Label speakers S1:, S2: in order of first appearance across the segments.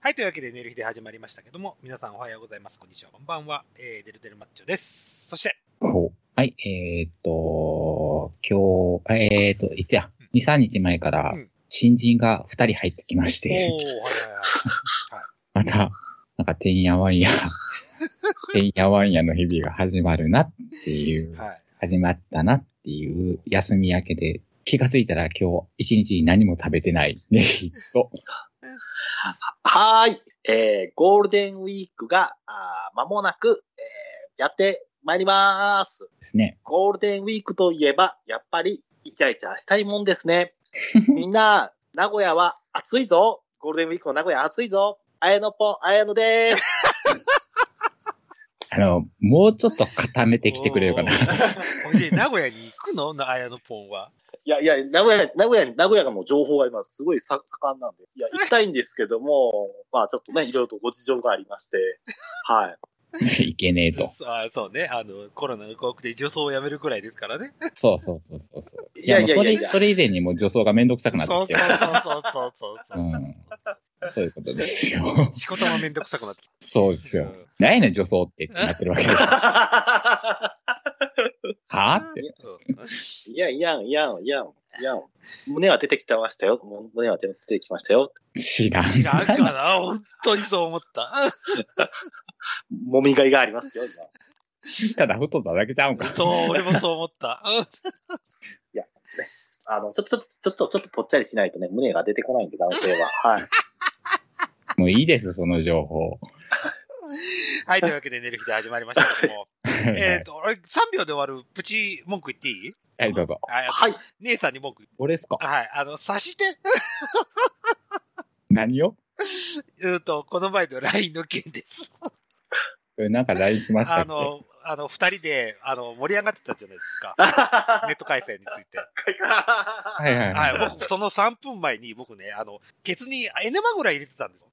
S1: はい、というわけで、寝る日で始まりましたけども、皆さんおはようございます。こんにちは、こんばんは。えー、デルデルマッチョです。そして、
S2: ほはい、えーっと、今日、えーっと、いつや、2、3日前から
S1: うん、
S2: 新人が2人入ってきまし
S1: おー、はい
S2: て、
S1: はいはい。
S2: また、なんか、てんやわ んや、てんやわんやの日々が始まるなっていう、
S1: はい。
S2: 始まったなっていう休み明けで、気がついたら今日、1日何も食べてない、ね、と。
S3: はーい。えー、ゴールデンウィークが、あー間もなく、えーやってまいります。
S2: ですね。
S3: ゴールデンウィークといえば、やっぱり、イチャイチャしたいもんです ね。みんな、名古屋は暑いぞ。ゴールデンウィークの名古屋暑いぞ。あやのぽん、あやのでーす。
S2: あの、もうちょっと固めてきてくれるかな
S1: お。ー。ほいで、名古屋に行くのな、 あやのポンは。
S3: いやいや、名古屋、名古屋、名古屋の情報が今すごいさ盛んなんで、いや、行きたいんですけども、まあちょっとね、いろいろとご事情がありまして、はい。
S2: いけねえと。
S1: そうあそうね。あの、コロナの怖くて女装をやめるくらいですからね。
S2: そうそうそうそうそう。
S3: いやいやいやい
S2: もう
S3: や
S2: それ、それ以前にもう女装がめんどくさくなって
S1: そう
S2: き
S1: そ
S2: て
S1: う
S2: る。
S1: そうそうそうそうそう、
S2: うん。そういうことですよ
S1: 。仕事もめんどくさくなってきた。
S2: そうですよ。
S1: ん
S2: 何やねん、女装ってってなってる わけです。はぁって。
S1: うん
S3: いやいやん、いやん、いやん、いやん。胸は出てきてましたよ。もう胸は出てきましたよ。
S2: 知らん。
S1: 知らんか な本当にそう思った。
S3: もみがいがありますよ、今。い
S2: ただ太っただけちゃうんか。
S1: そう、俺もそう思った。
S3: や、ねあの、ちょっと、ちょっと、ちょっと、ちょっとぽっちゃりしないとね、胸が出てこないんで、男性 は。はい。
S2: もういいです、その情報。
S1: はい、というわけで寝る日で始まりましたけども。えっと、俺3秒で終わるプチ文句言っていい
S2: はい、どうぞ。
S1: あ。
S3: はいい。
S1: 姉さんに文句。
S2: 俺っすか
S1: はい。あの、察して、
S2: 何を
S1: うーんと、この前の LINE の件です。
S2: これなんか LINE しました
S1: あ
S2: っけ
S1: の、あの、二人で、あの、盛り上がってたじゃないですか。ネット回線について。
S2: はいはいはい。
S1: はい、僕、その3分前に僕ね、あの、ケツにエネマぐらい入れてたんですよ。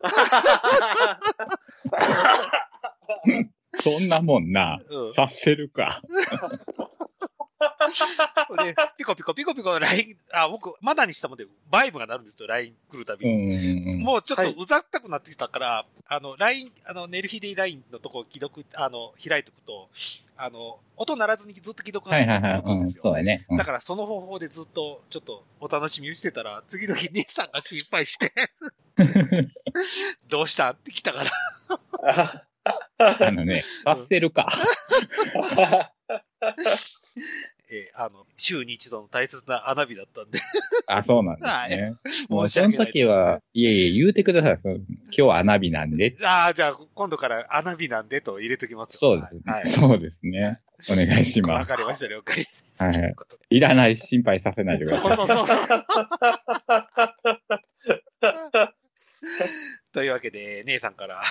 S2: そんなもんな、
S1: うん。
S2: させるか。
S1: で、ピコピコピコピコ LINE、あ、僕、まだにしたもんで、バイブが鳴るんですよ、LINE 来るたび
S2: う
S1: に。
S2: ん。
S1: もうちょっ
S3: は
S1: と
S3: いう
S1: ざったくなってきたから、あの、LINE、あの、寝る日で LINE のとこを既読、あの、開いておくと、あの、音鳴らずにずっと既読
S2: はいはいは
S1: が
S2: い
S1: 続。くん
S2: う
S1: で
S2: ん、
S1: すよ。
S2: そうだね。うん
S1: だからその方法でずっとちょっとお楽しみをしてたら、次の日姉さんが心配して、どうしたって来たから、
S2: あのね、させるか。
S1: えーあの、週に一度の大切な穴火だったんで、
S2: あ、そうなんですね。もう
S1: 申し
S2: その
S1: 訳ない。
S2: 時は、いえいえ、言うてください。そう今日はアナビなんで。
S1: ああ、じゃあ今度から穴火なんでと入れときますよ
S2: そうですね。
S1: はい。
S2: そうですね。お願いし
S1: わ
S2: ま
S1: かりました、了解です。
S2: はい。
S1: ということです
S2: いらない心配させないでくだ
S1: そう
S2: さい。
S1: そうそうそう。 というわけで、姉さんから、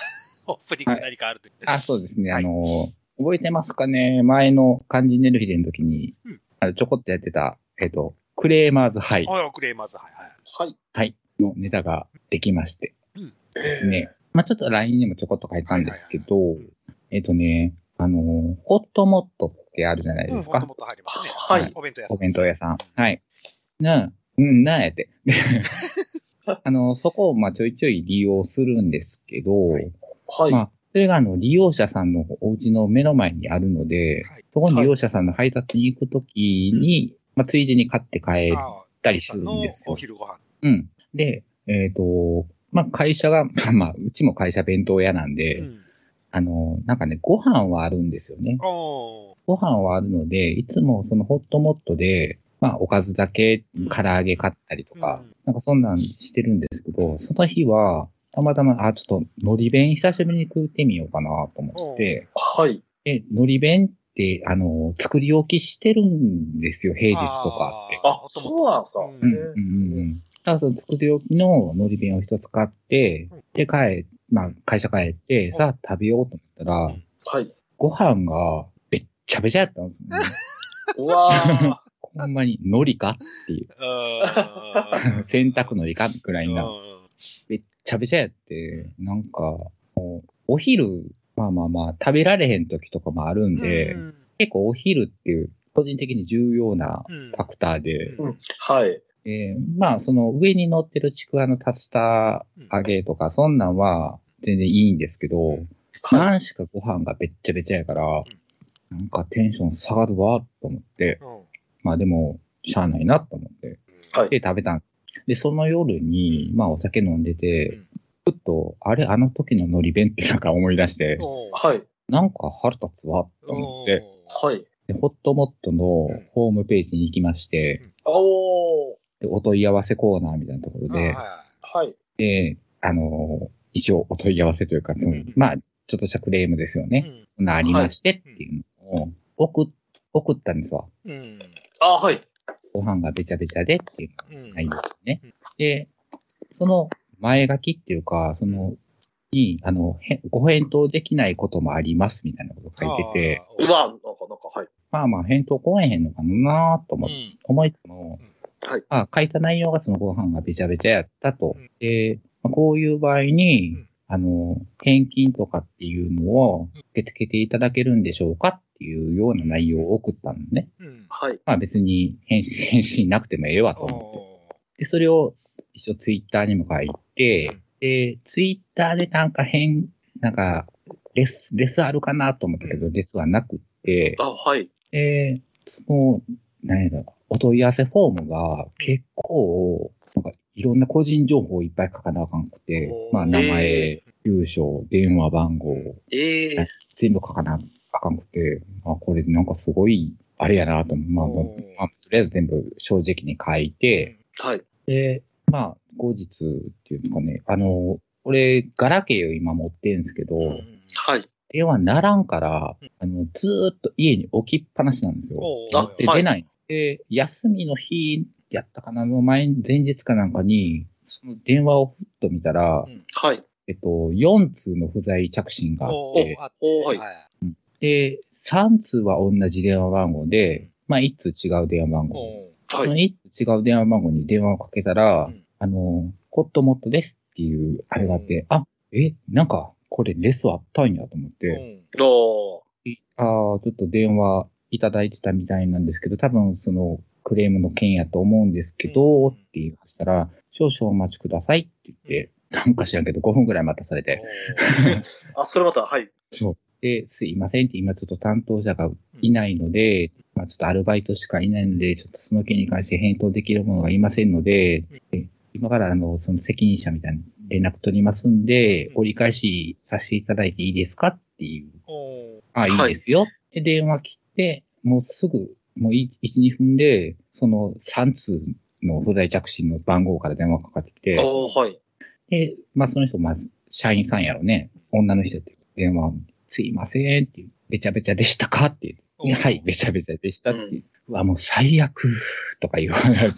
S1: オープニング何かあるという。
S2: あ、そうですね。
S1: は
S2: あ
S1: い
S2: のー、覚えてますかね前の肝心ネルヒデの時に
S1: うん、
S2: あの、ちょこっとやってた、えっと、クレーマーズハイ
S1: おい、クレーマーズ、はいはい。
S3: はい。
S2: のネタができまして
S1: うん
S2: ですね。まあちょっと LINE にもちょこっと書いたんですけど
S1: いはいうん、
S2: えっとね、あのー、ホットモットってあるじゃない
S1: うん、も
S2: です
S1: と
S2: か。
S1: もと入りますね。
S3: はい
S1: お弁当屋さん。
S2: お弁当屋さん。はい。なあ、うん、なあ やって。であの、そこを、まあ、ちょいちょい利用するんですけど、
S1: はい
S3: はい。
S2: まあ、それが、あの、利用者さんのお家の目の前にあるので、
S1: はい
S2: そこに利用者さんの配達に行くときに、まあ、ついでに買って帰ったりするんです
S1: のお
S2: よ。
S1: 昼ご飯。
S2: うん。で、えっ、と、まあ、会社が、 まあ、うちも会社弁当屋なんで、
S1: うん。
S2: あの、なんかね、ご飯はあるんですよね。
S1: おー
S2: ご飯はあるので、いつもそのホットモットで、まあ、おかずだけ
S1: うん、
S2: 唐揚げ買ったりとか、
S1: うん
S2: なんかそんなんしてるんですけど、その日は、たまたま、あ、ちょっと、海苔弁久しぶりに食ってみようかなと思って、
S3: はい。
S2: で、海苔弁って、あの、作り置きしてるんですよ、平日とかって。
S3: あ、そうなんですか。
S1: うん
S2: うん
S3: へー
S2: うんうんうん。だからその作り置きの海苔弁を一つ買って
S1: うん、
S2: で、帰、まあ、会社帰って
S1: う、ん
S2: さあ食べようと思った
S1: う
S2: ら
S1: ん、
S3: はい。
S2: ご飯が、べっちゃべちゃやった んですよね。
S3: うわ
S2: ほんまに、海苔かってい
S1: う
S2: う。
S1: ん
S2: 洗濯のりかぐらいな。
S1: うん
S2: べっちゃべちゃやって、なんか、もうお昼、まあまあまあ、食べられへん時とかもあるんで、
S1: うん
S2: 結構お昼っていう、個人的に重要な
S1: うん
S2: ファクターで、
S3: ー。うん。はい。
S2: えーまあ、その上に乗ってるちくわの竜田揚げとか、そんなんは全然いいんですけど、
S3: はい
S2: 何しかご飯がべっちゃべちゃやから、なんかテンション下がるわ、と思って、
S1: うん。
S2: まあでも、しゃあないな、と思って。
S3: はい
S2: で、食べたんですで、その夜に、まあお酒飲んでて、ふっと、あれ、あの時の海苔弁ってなんか思い出して、
S1: おー
S3: はい。
S2: なんか腹立つわ、と思って、
S3: はい。
S2: でホットモットのホームページに行きまして、
S3: おー。
S2: でお問い合わせコーナーみたいなところ
S1: うん
S2: で、
S1: あ
S3: はい。
S2: で、あのー一応お問い合わせというか、そ
S1: う
S2: の
S1: ん
S2: まあ、ちょっとしたクレームですよ
S1: ー
S2: ね。
S1: はい
S2: そんなありましてっていうのを送っ、送ったんですわ。
S1: うん。うん。
S3: あー、はい。
S2: ご飯がべちゃべちゃでっていう
S1: うん
S2: 内容ですね。で、その前書きっていうか、その、に、あの、へご返答できないこともありますみたいなこと書いてて、
S1: あー
S3: うわ、なんか、なんか、はい。
S2: まあまあ返答来えへんのかなと思っ
S1: うん
S2: 思いつつも、
S3: はい
S2: まあ、書いた内容がそのご飯がべちゃべちゃやったと。
S1: うん
S2: で、まあ、こういう場合に、
S1: うん
S2: あの、返金とかっていうのを受け付けていただけるんでしょうかっていうような内容を送ったのね。
S1: うん。
S3: はい。
S2: まあ別に返 信、返信なくてもええわと思って。
S1: お
S2: で、それを一応ツイッターにも書いて、
S1: うん
S2: で、ツイッターでなんか変、なんか、レス、レスあるかなと思ったけど、レスはなくって、
S3: あ、はい。
S2: で、その、何やろ、お問い合わせフォームが結構、なんかいろんな個人情報をいっぱい書かなあかんくて
S1: お、ー
S2: まあ名前
S3: え、
S2: 住所、電話番号、
S3: ええ
S2: はい全部書かなあかんくて、あ、これなんかすごい、あれやなと思う。まあ
S1: お
S2: も
S1: ー
S2: う、まあ、とりあえず全部正直に書いて、
S3: はい。
S2: で、まあ、後日っていうんですかね、あの、俺、ガラケーを今持ってるんですけど、
S1: ーうん
S3: はい。
S2: 電話ならんから、あの、ずーっと家に置きっぱなしなんですよ。
S1: おー
S3: あ
S2: で、
S3: はい
S2: 出ない。で、休みの日やったかな、の前、前日かなんかに、その電話をふっと見たら、
S1: うん
S3: はい。
S2: えっと、4通の不在着信があっ
S1: おー
S2: て、
S1: あって
S3: おーはい
S1: はい。
S2: で、3通は同じ電話番号
S1: う
S2: で
S1: ん、
S2: まあ1通違う電話番号。
S1: おー
S2: その
S3: はい。
S2: 1通違う電話番号に電話をかけたら、
S1: うん
S2: あの、ホットモットですっていうあれがあって、あ、え、なんか、これレスあったんやと思って、
S1: うん
S3: おー。
S2: ああ、ちょっと電話いただいてたみたいなんですけど、多分そのクレームの件やと思うんですけど、
S1: うん
S2: って言いましたら、少々お待ちくださいって言って、なんか知らんけど5分ぐらい待たされて、
S3: あ、それまた、はい。
S2: そう。で、すいませんって今ちょっと担当者がいないので、まあちょっとアルバイトしかいないので、ちょっとその件に関して返答できるものがいませんので、で今からあの、その責任者みたいな連絡取りますんで
S1: う、ん
S2: 折り返しさせていただいていいですかっていう
S1: おー
S2: あ、いい
S3: はい
S2: ですよ。で、電話切って、もうすぐ、もう1、2分で、その3通の不在着信の番号から電話かかってきて、
S3: おー、はい。
S2: で、まあその人、まず、社員さんやろね。女の人って電話、すいませんっていう、べちゃべちゃでしたかっていう。
S1: お
S2: い
S1: ー
S2: やはい、べちゃべちゃでしたっていう。うわ、もう最悪とか言われて、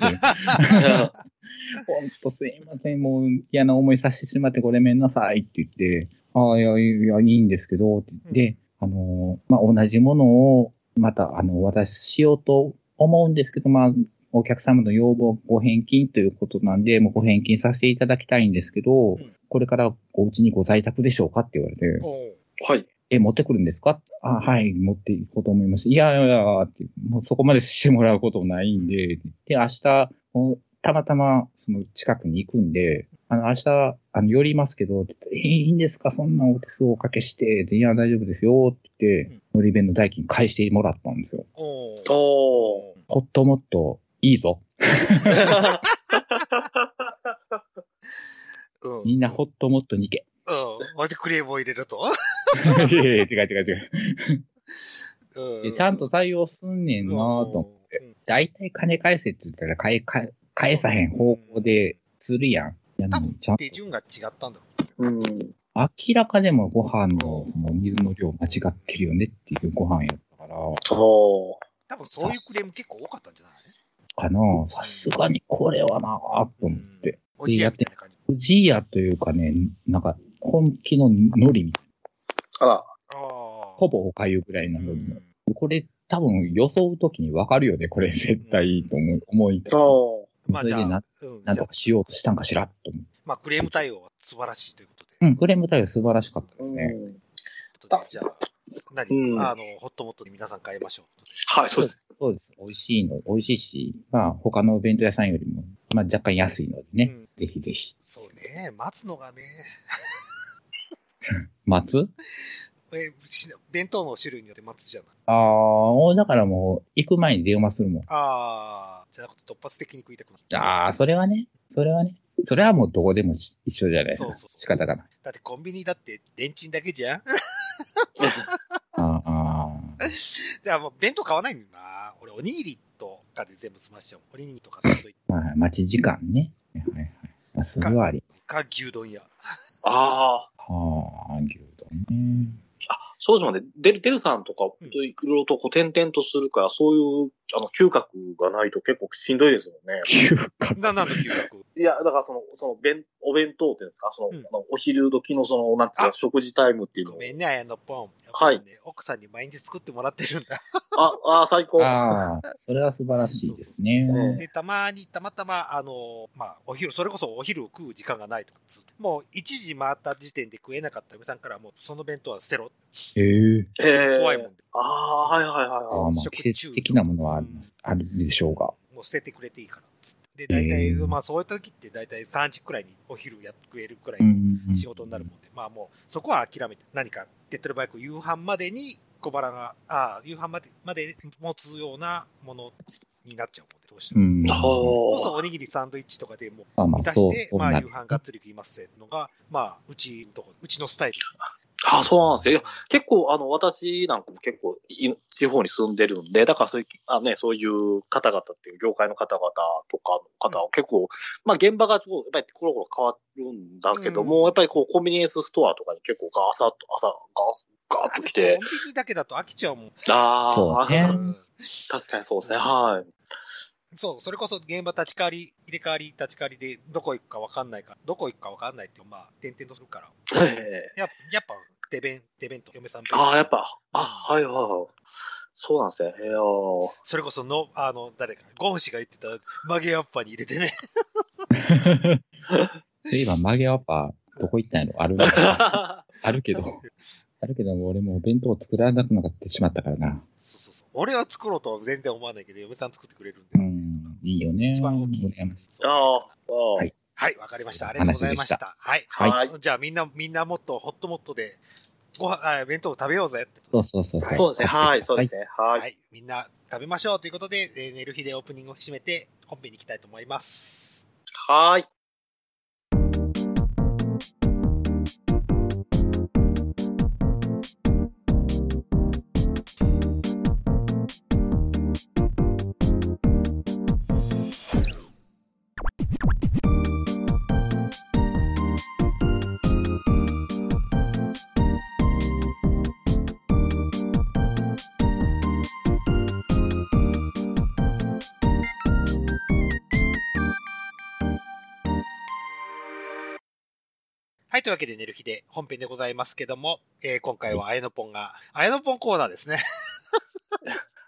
S2: ほんとすいません、もう嫌な思いさせてしまってごめんなさいって言って、ああ、いや、いや、いいんですけど、って言って、あのー、まあ、同じものを、また、あの、お渡ししようと思うんですけど、まあ、お客様の要望、ご返金ということなんで、もうご返金させていただきたいんですけど、
S1: うん
S2: これからお家にご在宅でしょうかって言われて、
S1: おー
S3: はい。
S2: え、持ってくるんですかあ、はい、持っていこうと思います。いやいやいや、ってもうそこまでしてもらうこともないんで、で、明日、もうたまたま、その近くに行くんで、あの、明日、あの、寄りますけど、って言ってえいいんですかそんなお手数をおかけして、でいや、大丈夫ですよ、って言って、乗り弁の代金返してもらったんですよ。
S1: おー
S3: おー。
S1: おー
S2: ほっともっと、いいぞ。
S1: う
S2: みんなほっともっとに行け。
S1: うん。までクレームを入れると。
S2: いやいや、違う違う違う
S1: う
S2: で。ちゃんと対応すんねんなと思って。
S1: て。
S2: 大体金返せって言ったら返、返、返さへん方向でするやん。いや
S1: 多
S2: でも
S1: 分
S2: ちゃんと
S1: 手順が違ったんだろ
S3: うん。
S2: 明らかでもご飯のその水の量間違ってるよねっていうご飯やったから、
S3: おー。
S1: う。多分そういうクレーム結構多かったんじゃない
S2: かなさすがにこれはなぁと思って。
S1: おじやみたいな感じ。
S2: 不二家というかね、なんか本気の海苔みたいな、
S3: あら。
S1: ああ。
S2: ほぼおかゆぐらいな
S1: う
S2: のに、
S1: ん
S2: これ多分予想ときにわかるよね、これ絶対いいと思い、思いつつ
S3: おー。
S1: まあじゃ
S2: それで
S1: あ
S2: な、
S1: うん
S2: なんとかしようとしたんかしらと思って。
S1: まあクレーム対応は素晴らしいということで。
S2: うん、クレーム対応素晴らしかったですね。
S3: うん。
S1: ということでじゃあ、何、
S3: うん
S1: あの、ホットモットに皆さん買いましょ
S3: はい、そうです。。
S2: そうです。美味しいの、美味しいし、まあ、他のお弁当屋さんよりも、まあ、若干安いので
S1: う。
S2: ね、
S1: うん。
S2: ぜひぜひ。
S1: そうね。待つのがね、
S2: 待つ
S1: えし弁当の種類によって待つじゃない。
S2: ああ、だからもう、行く前に電話するもん。
S1: ああ、じゃなくて突発的に食いたくなる。
S2: ああ、それはね、それはね、それはもうどこでもし一緒じゃないです
S1: そう
S2: か
S1: そう。
S2: 仕方がない。
S1: だってコンビニだって、レンチンだけじゃん
S2: ああ
S1: じゃあもう弁当買わないんだよな。俺、おにぎりとかで全部済ましちゃう。おにぎりとかサンドイッチ
S2: ー、まあ、待ち時間ね。はいはい。まあ、それはあり。
S1: か牛丼屋。
S3: ああ、
S2: はあ、牛丼ね。
S3: そうですもんね。デル、デルさんとか、
S1: うん
S3: いろいろとこう、点々とするから、そういう、あの、嗅覚がないと結構しんどいですもんね。
S2: 牛角。
S1: な、なんの牛角
S3: いや、だからその、その、弁、お弁当っていうんですか、その、
S1: うん
S3: あのお昼時のその、なんていうか、
S1: あ
S3: 食事タイムっていうの
S1: ご
S3: を。
S1: めんね、あやのポン。
S3: はい
S1: やっぱりね。奥さんに毎日作ってもらってるんだ。
S3: あ、あー最高。
S2: ああ、それは素晴らしいですね。
S3: そうそうそう
S1: で、たまに、たまたま、あの、まあ、お昼、それこそお昼を食う時間がないとかっつって、もう1時回った時点で食えなかった嫁さんから、もうその弁当は捨てろ。
S2: ええ
S3: ええ
S1: 怖いもんで。
S3: ああ、はいはいはい
S2: ああ、
S3: はい。
S2: まあ
S1: 食中毒
S2: 季節的なものはありますあるでしょうが。
S1: もう捨ててくれていいからっつって。で、大体、
S2: へー
S1: まあ、そういう時って大体3時くらいにお昼やっ食えるくらい
S2: うんうん
S1: 仕事になるもんで、まあもう、そこは諦めて、何か手っ取り早く夕飯までに小腹が、ああ、夕飯まで、まで持つようなものになっちゃうもんで、どうして
S2: う
S1: も。
S2: ん。
S1: そうそう、
S3: は
S1: おにぎりサンドイッチとかでもう
S2: まあま
S1: 満た
S2: あ、そ
S1: し
S2: う、
S1: て、
S2: そう
S1: まあ
S2: な
S1: 夕
S2: る。
S1: 飯がっつり食いますってのが、まあ、うちのとこ、うちのスタイル。
S3: あ。あ、そうなんですよ。結構、あの、私なんかも結構い、地方に住んでるんで、だからそういう、あね、そういう方々っていう、業界の方々とかの方を結構、まあ現場がそうやっぱりコロコロ変わるんだけども、
S1: うん
S3: やっぱりこう、コンビニエンスストアとかに結構ガーサッと、朝、ガー、ガーッと来
S1: コ、
S3: て
S1: ンビニだけだと飽きちゃうもん。
S3: あ
S2: そ
S3: あ、
S2: うね
S1: うん
S3: 確かにそうですね、はい。
S1: そう、それこそ現場立ち替わり、入れ替わり、立ち替わりで、どこ行くか分かんないから、どこ行くか分かんないって、まあ、点々とするから。
S3: ええ
S1: やっぱ、やっぱ、手弁、手弁当、嫁さん弁当。
S3: ああ、やっぱ、あ、はいはいはい。そうなんですね。いやー
S1: それこその、あの、誰か、ゴン氏が言ってた、曲げアッパーに入れてね。
S2: そういえば、曲げわっぱ、どこ行ったんやろあるあるけど。 あるけど、俺もう弁当を作らなくなってしまったからな。
S1: そうそうそう。俺は作ろうとは全然思わないけど、嫁さん作ってくれるんで。
S2: うん、いいよね。
S1: 一番大きい
S2: 羨ましい。
S1: そう
S3: ああ、
S2: はい
S1: はい、わかりました。ありがとうございました。はい。
S3: ああ、
S2: は
S3: はいい。
S1: じゃあ、みんな、みんなもっとホットモットで、ご飯、あ弁当を食べようぜってこと
S2: そうそうそう。
S3: そうですね。はい、そうですね。
S1: はい、
S3: はい。
S1: みんな食べましょうということで、えー寝る日でオープニングを締めて、本編に行きたいと思います。
S3: はい。
S1: はい、というわけで寝る日で本編でございますけども、えー今回はあやのぽんが、あやのぽんコーナーですね。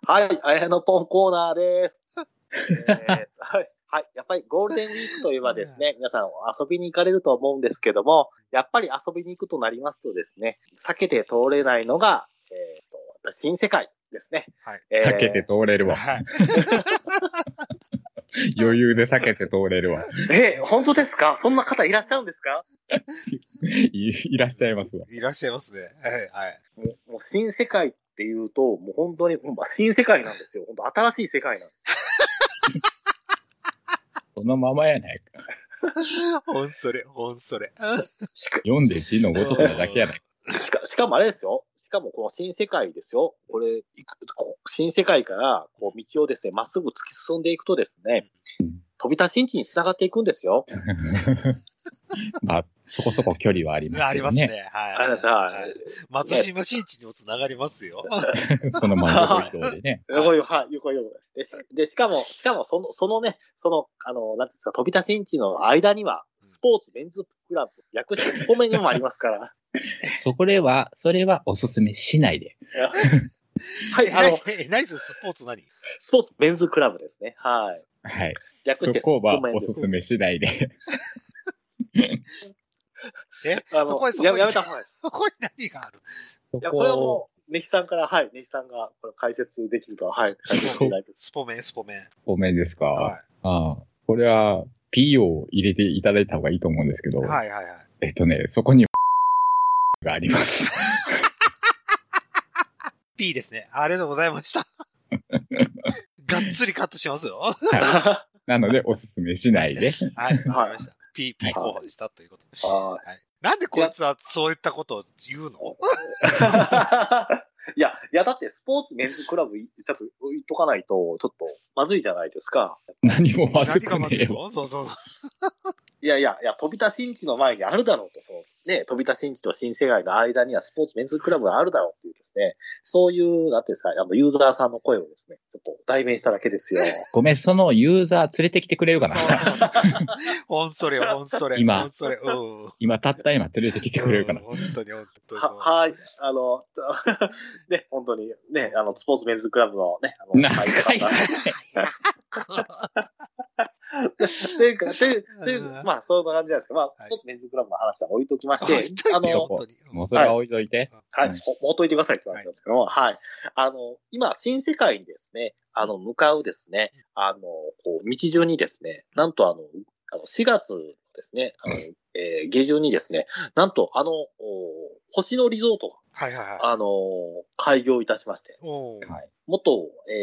S3: はい、あやのポンコーナーです。えーはいはい。やっぱりゴールデンウィークといえばですね、皆さん遊びに行かれると思うんですけども、やっぱり遊びに行くとなりますとですね、避けて通れないのが、えっ、と、新世界ですね。
S1: はい。
S3: えー
S2: 避けて通れるわ。
S1: はい。
S2: 余裕で避けて通れるわ。
S3: えー本当ですかそんな方いらっしゃるんですか
S2: い いらっしゃいますわ。
S1: いらっしゃいますね。はい、はい。
S3: もうもう新世界っていうと、もう本当に、まあ、新世界なんですよ。本当新しい世界なんですよ。
S2: そのままやないか。
S1: ほんそれ、ほんそれ。
S3: しか
S2: 読んで字のごとくなだけや ないか。
S3: しか、しかもあれですよ。しかもこの新世界ですよ。これ、いくこ新世界から、こう、道をですね、まっすぐ突き進んでいくとですね
S2: うん、
S3: 飛び出しんちに繋がっていくんですよ。
S2: まあ、そこそこ距離はありますよ
S1: ありますね。。はい。
S3: あれさ、
S1: はい松島新地にもつながりますよ。
S2: そのまま横移動 でね。
S3: 横よ、はい、横よ。で、しでしかも、しかも、その、そのね、その、あの、なんていうんですか、飛び出しんちの間には、スポーツメンズクラブ、略してスポメンにもあります から。
S2: そこでは、それはおすすめしないで。
S3: はい、あの、
S1: え、ナイススポーツ何
S3: スポーツメンズクラブですね。はい。
S2: はい。
S3: 略
S2: そ
S3: してス
S2: こ
S3: ポ
S2: は
S3: メン
S2: お
S3: です
S2: すめしないで。
S1: え
S3: あの
S1: そこへそこへ。
S3: ややめた方がいい。
S1: ここに何がある
S2: そ
S3: いや、これは
S2: こ
S3: もう、ネヒさんから、はい、ネヒさんがこれ解説できるとは、はい、解説いただいて
S1: スポメン、スポメン。
S2: ごめんですか。
S1: は
S2: ああこれは P を入れていただいた方がいいと思うんですけど、
S1: い。はいはいはい。
S2: えっとね、そこに があります。
S1: P ですね。ありがとうございま した。がっつりカットしますよ。は
S3: は
S2: なので、おすすめしないで。
S1: い、わかりました。P、P 候補でしたということで。
S3: は
S1: はい。なんでこいつはそういったことを言うの
S3: いや、いや、だってスポーツメンズクラブい、ちょっと言っとかないと、ちょっとまずいじゃないですか。
S2: 何もまず
S1: 何
S2: く
S1: が
S2: ね
S1: まず
S2: え
S1: い
S2: わ。
S1: のそうそうそう。
S3: いやいや、いや、飛び田新地の前にあるだろうと、その、ね、飛び田新地と新世界の間にはスポーツメンズクラブがあるだろうっていうですね、そういう、なんていうんですか、あの、ユーザーさんの声をですね、ちょっと代弁しただけですよ。
S2: ごめん、そのユーザー連れてきてくれるかな
S1: そうほんそれよ、ほんそれ。
S2: 今
S1: ほんそれ。うん。
S2: 今、たった今連れてきてくれるかな
S1: うん本当に、本当に
S3: は、はい、あの、 ちょね、本当に、ね、あの、スポーツメンズクラブのね、あの、
S2: 長
S3: 会
S2: い
S3: 長さん というか、という、と いう
S1: うん、
S3: まあ、そんな感じなんですけど、まあ、
S1: い
S3: スポーツメンズクラブの話は置いときま
S1: そ
S3: し
S1: う。
S3: て、あ
S1: 本当に、
S3: の、
S1: 本当に。
S2: もうそれは置いといて。
S3: はい、
S2: はい
S3: ほもうといてくださいって感じなんですけども、はい、あの、今、新世界にですね、あの、向かうですね、あの、こう、道順にですね、なんとあの、あの4月ですね、あの、えー下旬にですね、なんとあの、お星野リゾート
S1: はいはいはい。
S3: が、あの開業いたしまして、
S1: おー
S2: はい
S3: 元、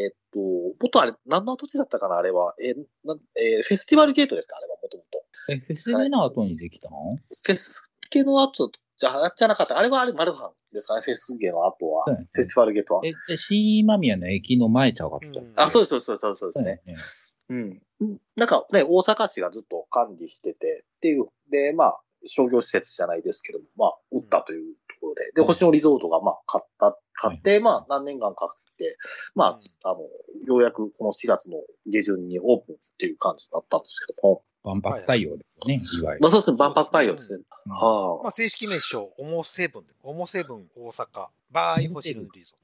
S3: えーっと、元あれ、何の土地だったかな、あれは。えーなえーフェスティバルゲートですか、あれは、もともと。
S2: え、フェスティの後にできたの
S3: フェス系の後じゃ、じゃなかった。あれはあれ、マルハンですかね、フェスゲの後は。
S2: そうやね
S3: フェスティバルゲートは。
S2: え、で新今宮の駅の前ちゃうかった。
S1: うん
S3: あ、そうです、そうです、そうですそうですね。
S2: ね。
S3: うん。なんかね、大阪市がずっと管理しててっていう、で、まあ、商業施設じゃないですけども、まあ、売ったというところで、
S2: う
S3: で、
S2: ん
S3: 星野リゾートが、まあ、買った、買って、
S2: はい
S3: まあ、何年間かけて、まあ、あの、ようやくこの4月の下旬にオープンっていう感じだったんですけども、
S2: 万博対応ですよね、いわゆる。
S3: まあ、そうですね、万博パイオですね。
S2: うん
S3: は
S1: ま
S3: あ、
S1: あ、正式名称、オモセブン。オモセブン大阪。バーイホシルリゾ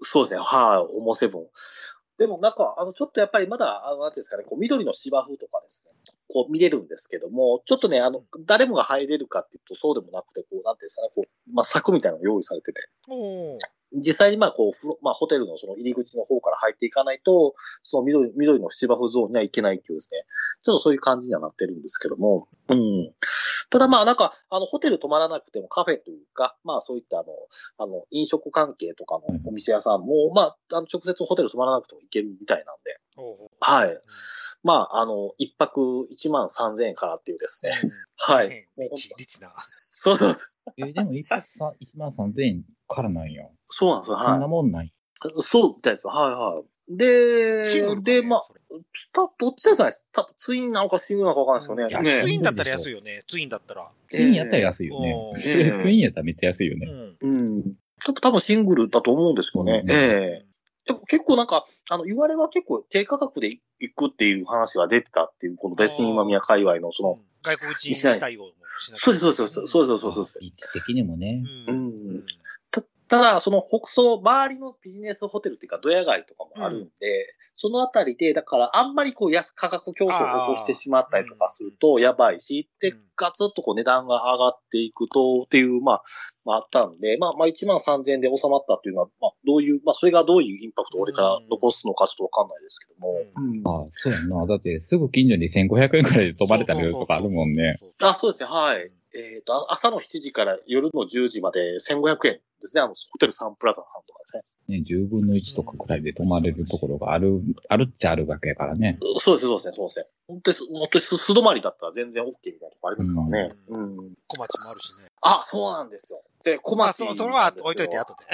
S3: そうですね、はい、オモセブン。でもなんか、あの、ちょっとやっぱりまだ、あの、なんていうんですかね、こう、緑の芝生とかですね、こう見れるんですけども、ちょっとね、あの、誰もが入れるかっていうとそうでもなくて、こう、なんていうんですかね、こう、まあ、柵みたいなのが用意されてて、
S1: ート。おー
S3: 実際にまあ、こう、フロまあ、ホテルのその入り口の方から入っていかないと、その緑、緑の芝生ゾーンには行けないっていうですね、ちょっとそういう感じにはなってるんですけども、うん。ただまあ、なんか、あの、ホテル泊まらなくてもカフェというか、まあ、そういったあの、あの、飲食関係とかのお店屋さんも、まあ、あの、直接ホテル泊まらなくても行けるみたいなんで、
S1: おー
S3: はい。まあ、あの、一泊1万3000円からっていうですね。は
S1: はいい。。リッチ、リッチな。
S3: そうそうそう。
S2: え、でも一泊さ1万3000円からなんや。
S3: そうなんですよ。
S2: そんな
S3: は
S2: もんない。
S3: い。そうみたいですよ。はいはい。
S1: シングルか
S3: で、
S1: ね
S3: で、まあ、
S1: それ
S3: たどっちですかね多分ツインなのかシングルなのかわかんないです
S2: う
S3: よ
S2: ん
S3: ね。
S1: ツ
S3: ね
S1: インだったら安いよね。ツインだったら。
S2: ツインやったら安いよね。
S1: おー
S2: ツ インやったらめっちゃ安いよ
S1: う
S2: ね。
S1: ん。
S3: うん。多分多分シングルだと思うんですけどね。
S2: うん
S3: ええでも結構なんか、あの、言われは結構低価格で行くっていう話が出てたっていう、このデスニーマミア界隈のその、
S1: 外国人対応もしな
S3: そうです、そうです、そうです、そうです、そうです。
S2: 立地的にもね。
S1: う。
S3: うんん。たただ、その北総、周りのビジネスホテルっていうか、ドヤ街とかもあるんで、そのあたりで、だから、あんまりこう安、価格競争を起こしてしまったりとかすると、やばいし、で
S1: うん、
S3: ガツッとこう値段が上がっていくと、っていう、まあ、まあ、あったんで、まあ、まあ、1万3000円で収まったっていうのは、まあ、どういう、まあ、それがどういうインパクトを俺から残すのかちょっとわかんないですけども。
S1: う
S3: うん
S2: ああ、そうやんな。だって、すぐ近所に1500円くらいで泊まれたりとかあるもんね。。
S3: あ、そうですね、はい。えっ、と、あ朝の7時から夜の10時まで1500円ですね、あの、ホテルサンプラザさんとかですね。
S2: ね、10分の1とかくらいで泊まれるところがある、あるっちゃあるわけやから ね。
S3: そうです、そうですね、そうですね。本当にす、本当にす素泊まりだったら全然 OK みたいなとこありますからね。
S1: う
S3: うん。
S1: 小町もあるしね。
S3: あ、そうなんですよ。で、小
S1: まあ、
S3: 町
S1: そそれは置いといて、
S3: あと。
S1: 後で。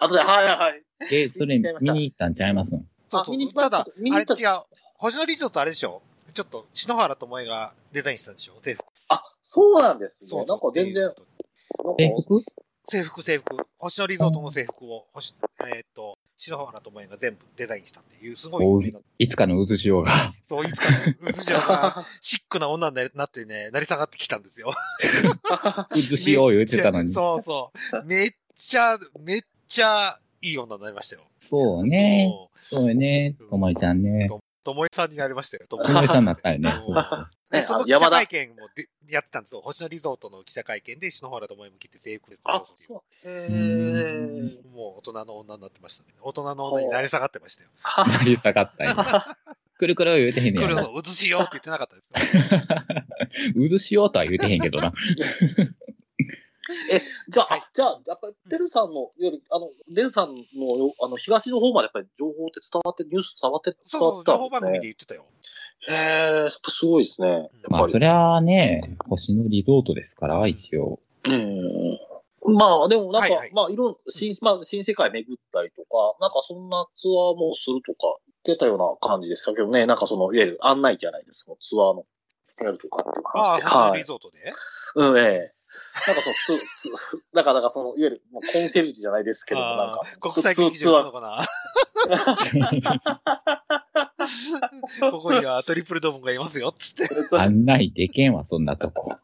S3: 後で、はいはいはい。
S2: で、それ見に行ったんちゃいますん
S1: そう
S3: あ
S1: そう
S3: 見に行きました
S1: ただ、
S3: 見に
S1: あ
S3: 行
S1: れ
S3: っ
S1: 違
S3: た
S1: う。星野リゾートあれでしょちょっと、篠原智恵がデザインしたんでしょ制服。
S3: あ、そうなんです
S1: そ
S3: ね。
S1: う
S3: なんか全然。なんか
S2: 制 服
S1: 制服、制服。星野リゾートの制服を、星えーっと、篠原智恵が全部デザインしたっていう、すごい有名な。
S2: いつかの渦潮が。
S1: そう、いつかの、うずじょうが、シックな女になってね、成り下がってきたんですよ。
S2: 渦潮言ってたのに。そ
S1: そうそう。めっちゃ、めっちゃいい女になりましたよ。
S2: うね。そうね。ともえちゃんね。
S1: ともえさんになりましたよ、とも
S2: 考えたんだったよ ね。そうそう
S1: で
S3: ね
S1: その記者
S3: 山田
S1: 会。見もでやってたんですよ。星野リゾートの記者会見で篠原智恵も来て制服で
S3: あ、
S1: う
S3: そう。へえ。
S1: もう大人の女になってましたね。大人の女になり下がってましたよ。
S2: なりたかったよ。くるくる言うてへんね
S1: 来る
S2: や
S1: ぞ、映しようって言ってなかったですよ。
S2: ろ。うずしようとは言うてへんけどな。
S3: じゃあ、
S1: はい
S3: じゃあ、やっぱり、デルさんのより、あの、デルさんの、あの、東の方までやっぱり情報って伝わって、ニュース伝わって、伝
S1: そ
S3: わ
S1: うそう、
S3: った
S1: 情
S3: ん
S1: 報
S3: です
S1: 番組で
S3: ね。
S1: 言ってたよ。
S3: へえ、すごいですね。やっ
S2: ま
S3: ぱ
S2: あ、
S3: り。
S2: そりゃあね、星のリゾートですから、一 応。
S3: うんまあ、でもなん
S1: は
S3: か、
S1: いはい
S3: まあ、いろん、新、まあ、新世界巡ったりとか、なんかそんなツアーもするとか、言ってたような感じでしたけどね、なんかその、いわゆる案内じゃないですか、ツアーの、やるとかっていう
S1: ああ、
S3: 話で。
S1: 星野
S3: は
S1: リ
S3: い。
S1: ゾートで
S3: うん、ええなんかその、ツ、ツ、なんか、なんかその、いわゆる、もうコンセルジュじゃないですけども、なん
S1: あ
S3: か
S1: あ、国
S3: ツ
S1: 際劇
S3: ツ
S1: 場な
S3: ア
S1: のかなここにはトリプルドームがいますよ、 つって。
S3: ー、ツアー、
S2: 案内でけんわ、そんなとこ。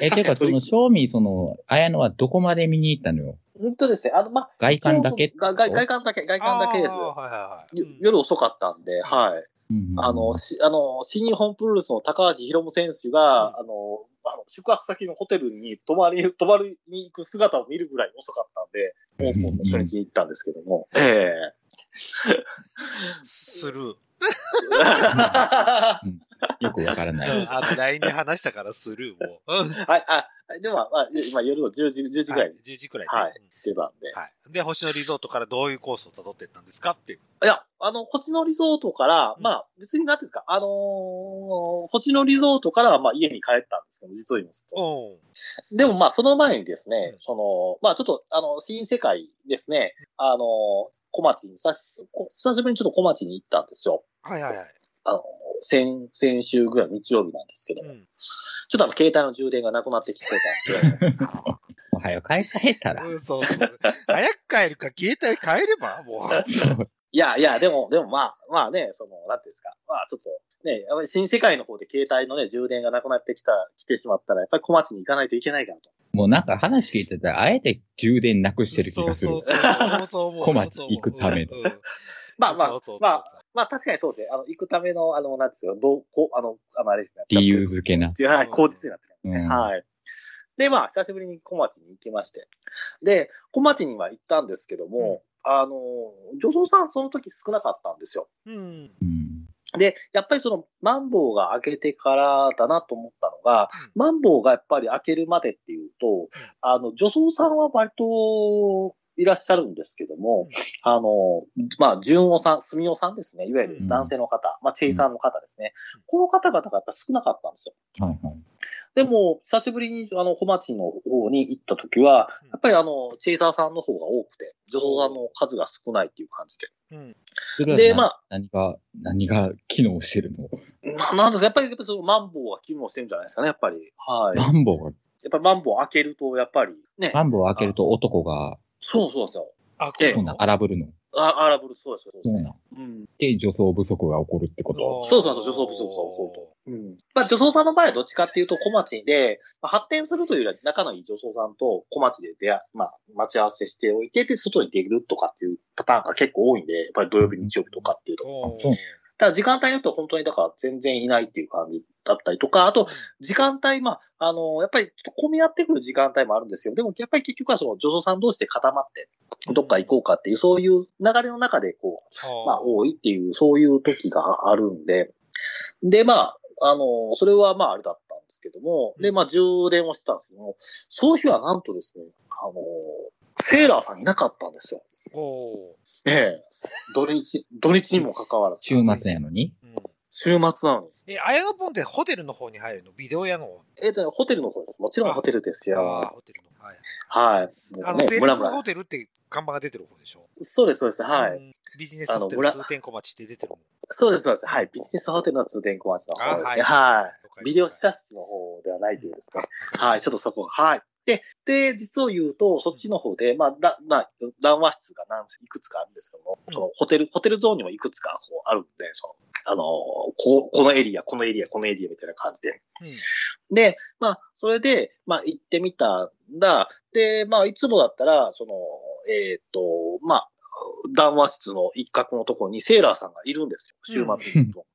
S2: え、ていうか、その、正味、その、綾野はどこまで見に行ったのよ。
S3: 本当ですね、あの、まあ、
S2: 外観だけって
S3: 一
S2: こ
S3: 応
S2: と
S3: が外外観だけ、外観だけです。
S1: ああはいはい
S3: よ
S1: はいうん。
S3: 夜遅かったんで、はい。
S2: うん
S3: あの、 しあの、新日本プロレスの高橋宏夢選手が、
S1: うん
S3: あの、あの宿泊先のホテルに泊まり、 泊まりに行く姿を見るぐらい遅かったんで、オープンの初日に行ったんですけども。え え
S1: する。
S2: よくわから
S1: う
S2: ない。
S1: んあの、LINE で話したからスルーを。 うん
S3: はい、あ、でも、まあ、今夜の10時、10時ぐらいに
S1: 10時くらい
S3: はい
S1: ね
S3: 出たんで。
S1: うんはい。で、星野リゾートからどういうコースを辿っていったんですかっていう。
S3: いや、あの、星野リゾートから、
S1: うん
S3: まあ、別に何ていうんですか、あのー星野リゾートからは、まあ、家に帰ったんですけど、実を言いますと。
S1: お
S3: でもまあ、その前にですね
S1: うん、
S3: その、まあちょっと、あの、新世界ですね、あの、小町に、久しこ久しぶりにちょっと小町に行ったんですよ。
S1: はいはいはい。
S3: あの、先、先週ぐらいの日曜日なんですけど、
S1: うん
S3: ちょっとあの、携帯の充電がなくなってきて たんで、
S2: おはよう、帰帰ったら。
S1: うん、そうそう。早く帰るか、携帯変えればもう。
S3: いやいや、でも、でもまあ、まあね、その、なんていうんですか、まあちょっと、ね、やっぱり新世界の方で携帯のね、充電がなくなってきた、来てしまったら、やっぱり小町に行かないといけないかなと。
S2: もうなんか話聞いてたら、あえて充電なくしてる気がする
S1: そう。そうそう。そう思う
S2: 小町行くため
S1: うんうん
S3: まあま
S1: そ
S3: あ
S1: うそうそう、
S3: まあ、まあ確かにそうですね、あの、行くための、あの、なんですよ、どう、こう、あの、あの、あれですね。
S2: 理由付けな。
S3: っていう、はい、
S1: うん
S3: 口実になってたんですね。
S2: うん
S3: はい。で、まあ、久しぶりに小町に行きまして。で、小町には行ったんですけども、あの、女装さんその時少なかったんですよ。
S1: うん。
S2: うん。
S3: で、やっぱりその、マンボウが開けてからだなと思ったのが、
S1: う
S3: マンボウがやっぱり開けるまでっていうと、あの、女装さんは割と、いらっしゃるんですけど
S1: うん
S3: も、あの、まあ、純夫さん、住夫さんですね、いわゆる男性の方、まあ、チェイさんの方ですね、この方々がやっぱ少なかったんですよ。
S2: はいはい。
S3: でも、久しぶりに、あの、小町の方に行った時は
S1: うん、
S3: やっぱりあの、チェイサーさんの方が多くて、女装さんの数が少ないっていう感じ
S1: うん。
S2: それ
S3: で。
S2: は
S3: で、
S2: な
S3: まあ、
S2: 何が、何が機能してるの
S3: ななんですか、やっぱり、やっぱりそのマンボウは機能してるんじゃないですかね、やっぱり。はい。や
S2: マンボウが、
S3: っぱりマンボウ開けると、やっぱり、ね。
S2: マンボウ開けると男が、
S3: そうそうそ
S1: あ、こ
S3: ええ
S2: そうなん、荒ぶるの。
S3: う。あ、アラブル、そうです、そう
S2: そう
S3: です。
S2: なん。
S3: うん。
S2: で、女装不足が起こるってこと。
S3: そうそうそう、女装不足そうそう。うん。まあ、女装さんの場合はどっちかっていうと、小町で、まあ、発展するというよりは、仲のいい女装さんと小町で出会、まあ、待ち合わせしておいて、で、外に出るとかっていうパターンが結構多いんで、やっぱり土曜日、日曜日とかっていうと。
S1: おー
S2: あそう
S3: ただ時間帯によっては本当にだから全然いないっていう感じだったりとか、あと時間帯、まあ、あの、やっぱりちょっと混み合ってくる時間帯もあるんですよ。でもやっぱり結局はその女装さん同士で固まって、どっか行こうかっていう、そういう流れの中でこう、まあ多いっていう、そういう時があるんで、で、まあ、あの、それはまああれだったんですけども、で、まあ充電をしてたんですけども、その日はなんとですね、あの、セーラーさんいなかったんですよ。
S1: お
S3: ええ。土日、土日にもかかわらず。
S2: 週末やのに。
S1: ーうん
S3: 週末なのに。
S1: え、綾野ポンってホテルの方に入るのビデオ屋の方
S3: えっ、とね、ホテルの方です。もちろんホテルです
S1: あー
S3: よ。
S1: ホテルの。はい。
S3: はい。も
S1: あ
S3: う
S1: の、
S3: ね
S1: セ、レ
S3: ム
S1: ブ
S3: ラム
S1: ホ
S3: ラ。
S1: テルって看板が出てる方でしょ
S3: そうです、そうです。は
S1: う
S3: い。
S1: んビジネスホテ
S3: あのブ
S1: ル
S3: ラ
S1: 通天小町って出てるもん。
S3: そうです、そうです。はい。ビジネスホテルの通電小町の方ですね。
S1: あはい
S3: はい。ビデオ視察室の方ではないというですね。はい。ちょっとそこ、はい。で、で、実を言うと、そっちの方で、まあ、だ、まあ、談話室が何、いくつかあるんですけども、
S1: うん
S3: そのホテル、ホテルゾーンにもいくつかこうあるんで、その、あの、こう、このエリア、このエリア、このエリアみたいな感じで。
S1: うん
S3: で、まあ、それで、まあ、行ってみたんだ。で、まあ、いつもだったら、その、えーっ、と、まあ、談話室の一角のところにセーラーさんがいるんですよ、週末に行くと。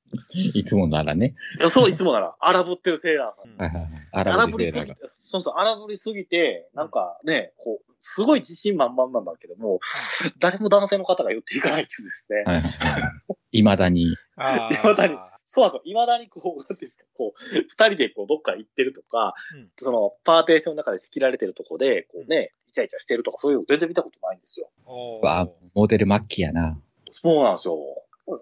S2: いつもならね。
S3: いやそう、いつもなら、荒ぶってるセーラーさん。
S2: はいはいはい荒
S3: 荒
S2: ぶ
S3: ぶ
S2: り
S3: り
S2: セ
S3: す
S2: ー
S3: ぎ
S2: ラ
S3: て、そうそう、荒ぶりすぎて、なんかね、こう、すごい自信満々なんだけども、 誰も男性の方が言っていかないっていうですね。
S2: ーが。はいはいはいまだに。
S1: あー
S3: 未だにそうそう、未だにこう、なんていうんですか、こう、二人でこう、どっか行ってるとか、
S1: うん
S3: その、パーテーションの中で仕切られてるとこで、こうね、イチャイチャしてるとか、そういうの全然見たことないんですよ。
S1: おー
S2: わモデル末期やな。
S3: そうなんですよ。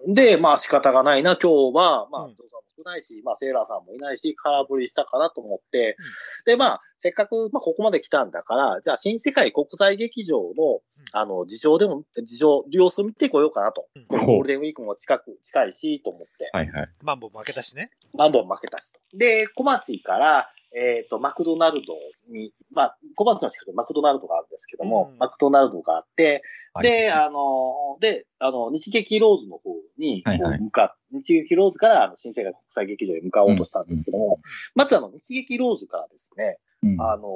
S3: で、まあ仕方がないな、今日は、まあ、
S1: うん
S3: ゾウさんも少ないし、まあセーラーさんもいないし、空振りしたかなと思って、
S1: うん
S3: で、まあ、せっかく、まあここまで来たんだから、じゃあ新世界国際劇場の、あの、事情でも、事情、様子を見てこようかなと。
S1: うん
S3: ゴールデンウィークも近く、近いし、と思って。
S2: はいはい。
S1: マンボウ負けたしね。
S3: マンボウ負けたしと。で、小松井から、えっ、と、マクドナルドに、まあ、小松の近くにマクドナルドがあるんですけども、
S1: うん
S3: マクドナルドがあって、
S2: はい
S3: で、あの、で、あの、日劇ローズの方に、こ
S2: はいうはい
S3: 向か、日劇ローズから、あの新生活国際劇場に向かおうとしたんですけども、まずあの、日劇ローズからですね、
S2: うん
S3: あの、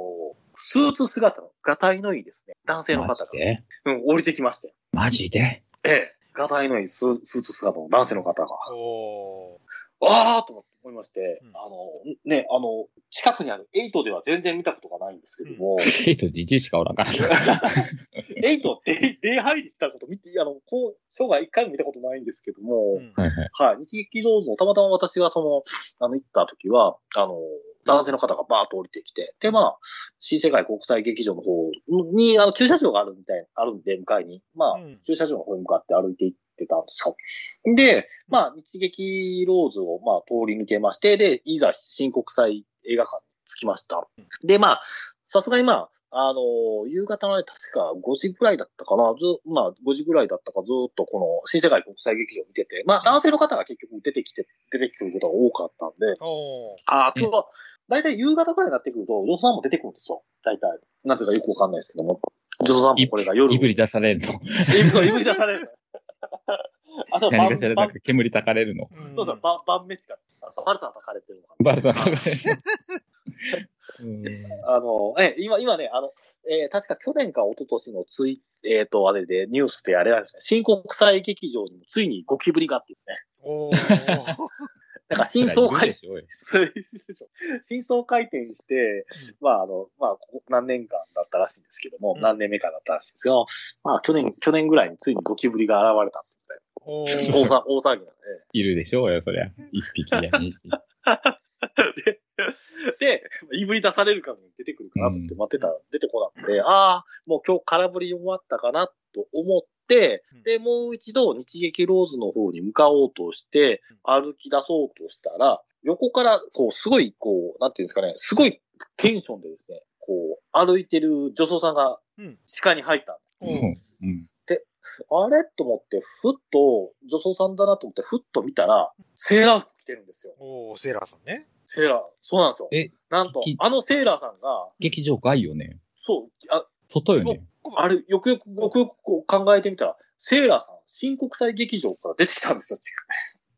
S3: スーツ姿の、がたいのいいですね、男性の方
S2: マ
S3: が
S2: ジ、で
S3: うん、降りてきまして、
S2: マジで
S3: ええ、がたいのいいスースーツ姿の男性の方が、
S1: おー
S3: わーと思いまして、
S1: うん
S3: あの、ね、あの、近くにあるエイトでは全然見たことがないんですけども、
S2: ヘイトじじいしかおらん からな。
S3: エイトって 礼拝りしたこと見て、あの、こう、生涯一回も見たことないんですけど
S1: う
S3: も、
S1: ん
S2: はいはい。
S3: はい、日劇ローズのたまたま私がその、あの、行った時は、あの、男性の方がバーッと降りてきて、で、まあ、新世界国際劇場の方に、あの、駐車場があるみたい、あるんで、向かいに、まあ、
S1: うん
S3: 駐車場の方に向かって歩いて行ってたんですよ。で、まあ、日劇ローズをまあ通り抜けまして、で、いざ新国際映画館に着きました。で、まあ、さすがにまあ、あの、夕方のね、確か5時ぐらいだったかな、ず、まあ、5時ぐらいだったか、ずっとこの、新世界国際劇場を見てて、まあ、男性の方が結局出てきて、出てくることが多かったんで、
S1: おー
S3: ああ、今日は、大体夕方ぐらいになってくると、女装さんも出てくるんですよ。大体。なぜかよくわかんないですけども。女装さんもこれが夜。
S2: いぶり出される の。
S3: いぶそう、いぶり出される。あ、そう、
S2: 何
S3: 晩
S2: かしら、なん
S3: 晩
S2: か煙たかれるの。
S1: ん
S3: そうそう、晩晩飯が、バルさん炊かれてるのか
S2: バルさん たかれるの。うん
S3: な。あの、え、今、今ね、あの、えー確か去年か一昨年のツイえっ、と、あれで、ニュースであれなんですね。新国際劇場にもついにゴキブリがあってですね。
S1: おー
S3: なんか新総
S2: い
S3: 会
S2: るでしょうよ
S3: 真相回転して、まあ、あの、まあ、ここ何年間だったらしいんですけども、
S1: うん
S3: 何年目かだったらしいんですが、まあ、去年、去年ぐらいについにゴキブリが現れたって
S1: お
S3: 言って、
S1: ー
S3: 大騒ぎなんで、
S2: いるでしょうよ、そりゃ。一匹やね。
S3: で、で、言いぶり出されるかも出てくるかなと思って
S2: うん
S3: 待ってたら出てこなくて、ああ、もう今日空振り終わったかなと思って
S1: うん、
S3: で、もう一度日劇ローズの方に向かおうとして、歩き出そうとしたら、横から、こう、すごい、こう、なんていうんですかね、すごいテンションでですね、こう、歩いてる女装さんが
S1: うん、
S3: 視界に入ったんです
S1: おー
S2: うんうん
S3: あれと思って、ふっと、女装さんだなと思って、ふっと見たら、セーラー服着てるんですよ。
S1: おーセーラーさんね。
S3: セーラー。そうなんですよ。
S2: え
S3: なんと
S2: き、
S3: あのセーラーさんが、
S2: 劇場外よね。
S3: そう、あ
S2: 外よね。
S3: あれ、よくよく、よくよくこう考えてみたら、セーラーさん、新国際劇場から出てきたんですよ、ち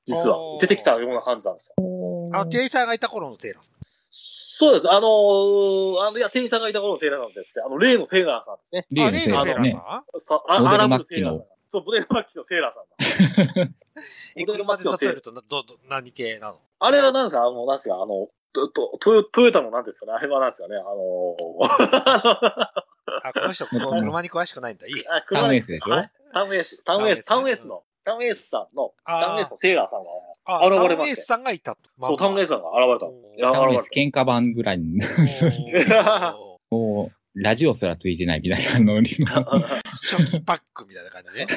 S3: 実
S1: お
S3: は
S1: ー。
S3: 出てきたような感じなんですよ。
S1: あ、ジェイさんがいた頃のセーラーさん。
S3: そうです。あのーあの、いや、店員さんがいた頃のセーラーさんじゃなくて、あの、例のセーラーさんですね。
S2: 例
S1: あ
S2: の
S1: 例
S2: セー
S1: の
S2: ラ
S1: セー
S2: ー
S1: ラー
S2: ね。
S1: さ
S3: そう、
S2: モデ
S3: あ
S2: ル
S3: アラブ
S2: マ
S3: の
S2: ッ
S3: セ
S2: キ
S3: ー
S2: ー
S3: ラ
S2: の
S3: ーさんが。そう、モデルマッキーのセーラーさんが。
S1: ん え、車で例えるとなど、ど何系なの
S3: あれはなんですかあの、なんですかあの、トトトヨトヨタのなんですかねあれはなんですかねあの
S1: あ、この人、この車に詳しくないんだ。いい。
S3: ー、あ
S2: タウンエースでしょ
S3: はいタウンエース、タウンエース、タ
S1: タ
S3: ウ
S1: ウ
S3: ン
S1: ン
S3: エ
S1: エ
S3: ー
S1: ー
S3: ス
S1: ス
S3: の、タウンエースさんの、
S1: あ
S3: タウンエースのセーラーさんが、
S1: あ、
S3: 現れました
S1: タウンエースさんがいたと。ま
S3: そう、タウンエースさんが現れたの。い
S2: 多
S3: や、現
S2: 分
S3: れ
S2: ね
S3: た。
S2: 喧嘩版ぐらいに、
S1: おー
S2: もう、ラジオすらついてないみたいなノリ の、
S1: 初期パックみたいな感じね。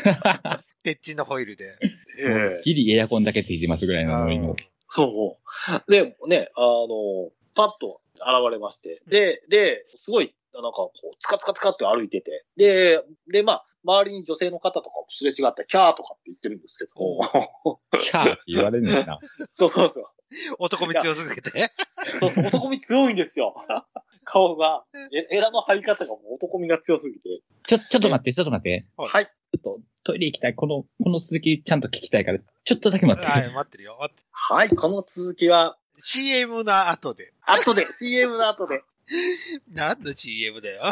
S1: 鉄チンのホイールで。
S3: ええ
S2: ギリエアコンだけついてますぐらいのノリ
S1: う
S2: の
S1: ん。
S3: そう。で、ね、あの、パッと現れまして、で、で、すごい、なんかこう、つかつかつかって歩いてて、で、で、まあ、周りに女性の方とかもすれ違って、キャーとかって言ってるんですけ
S1: お
S3: ど、
S2: キャーって言われるんだな。
S3: そうそうそう。
S1: 男見強すぎ て。
S3: そうそう、男気強いんですよ。 顔が。え、エラの張り方がもう男気が強すぎて。
S2: ちょ、ちょっと待って、ちょっと待って。
S1: はい
S3: はい。
S2: ちょっとトイレ行きたい。この、この続きちゃんと聞きたいから、ちょっとだけ待って。
S1: はい、待ってるよ。待って
S3: はい、この続きは、
S1: CM の後で。
S3: 後で、CM の後で。
S1: 何の CM だよ。
S3: あ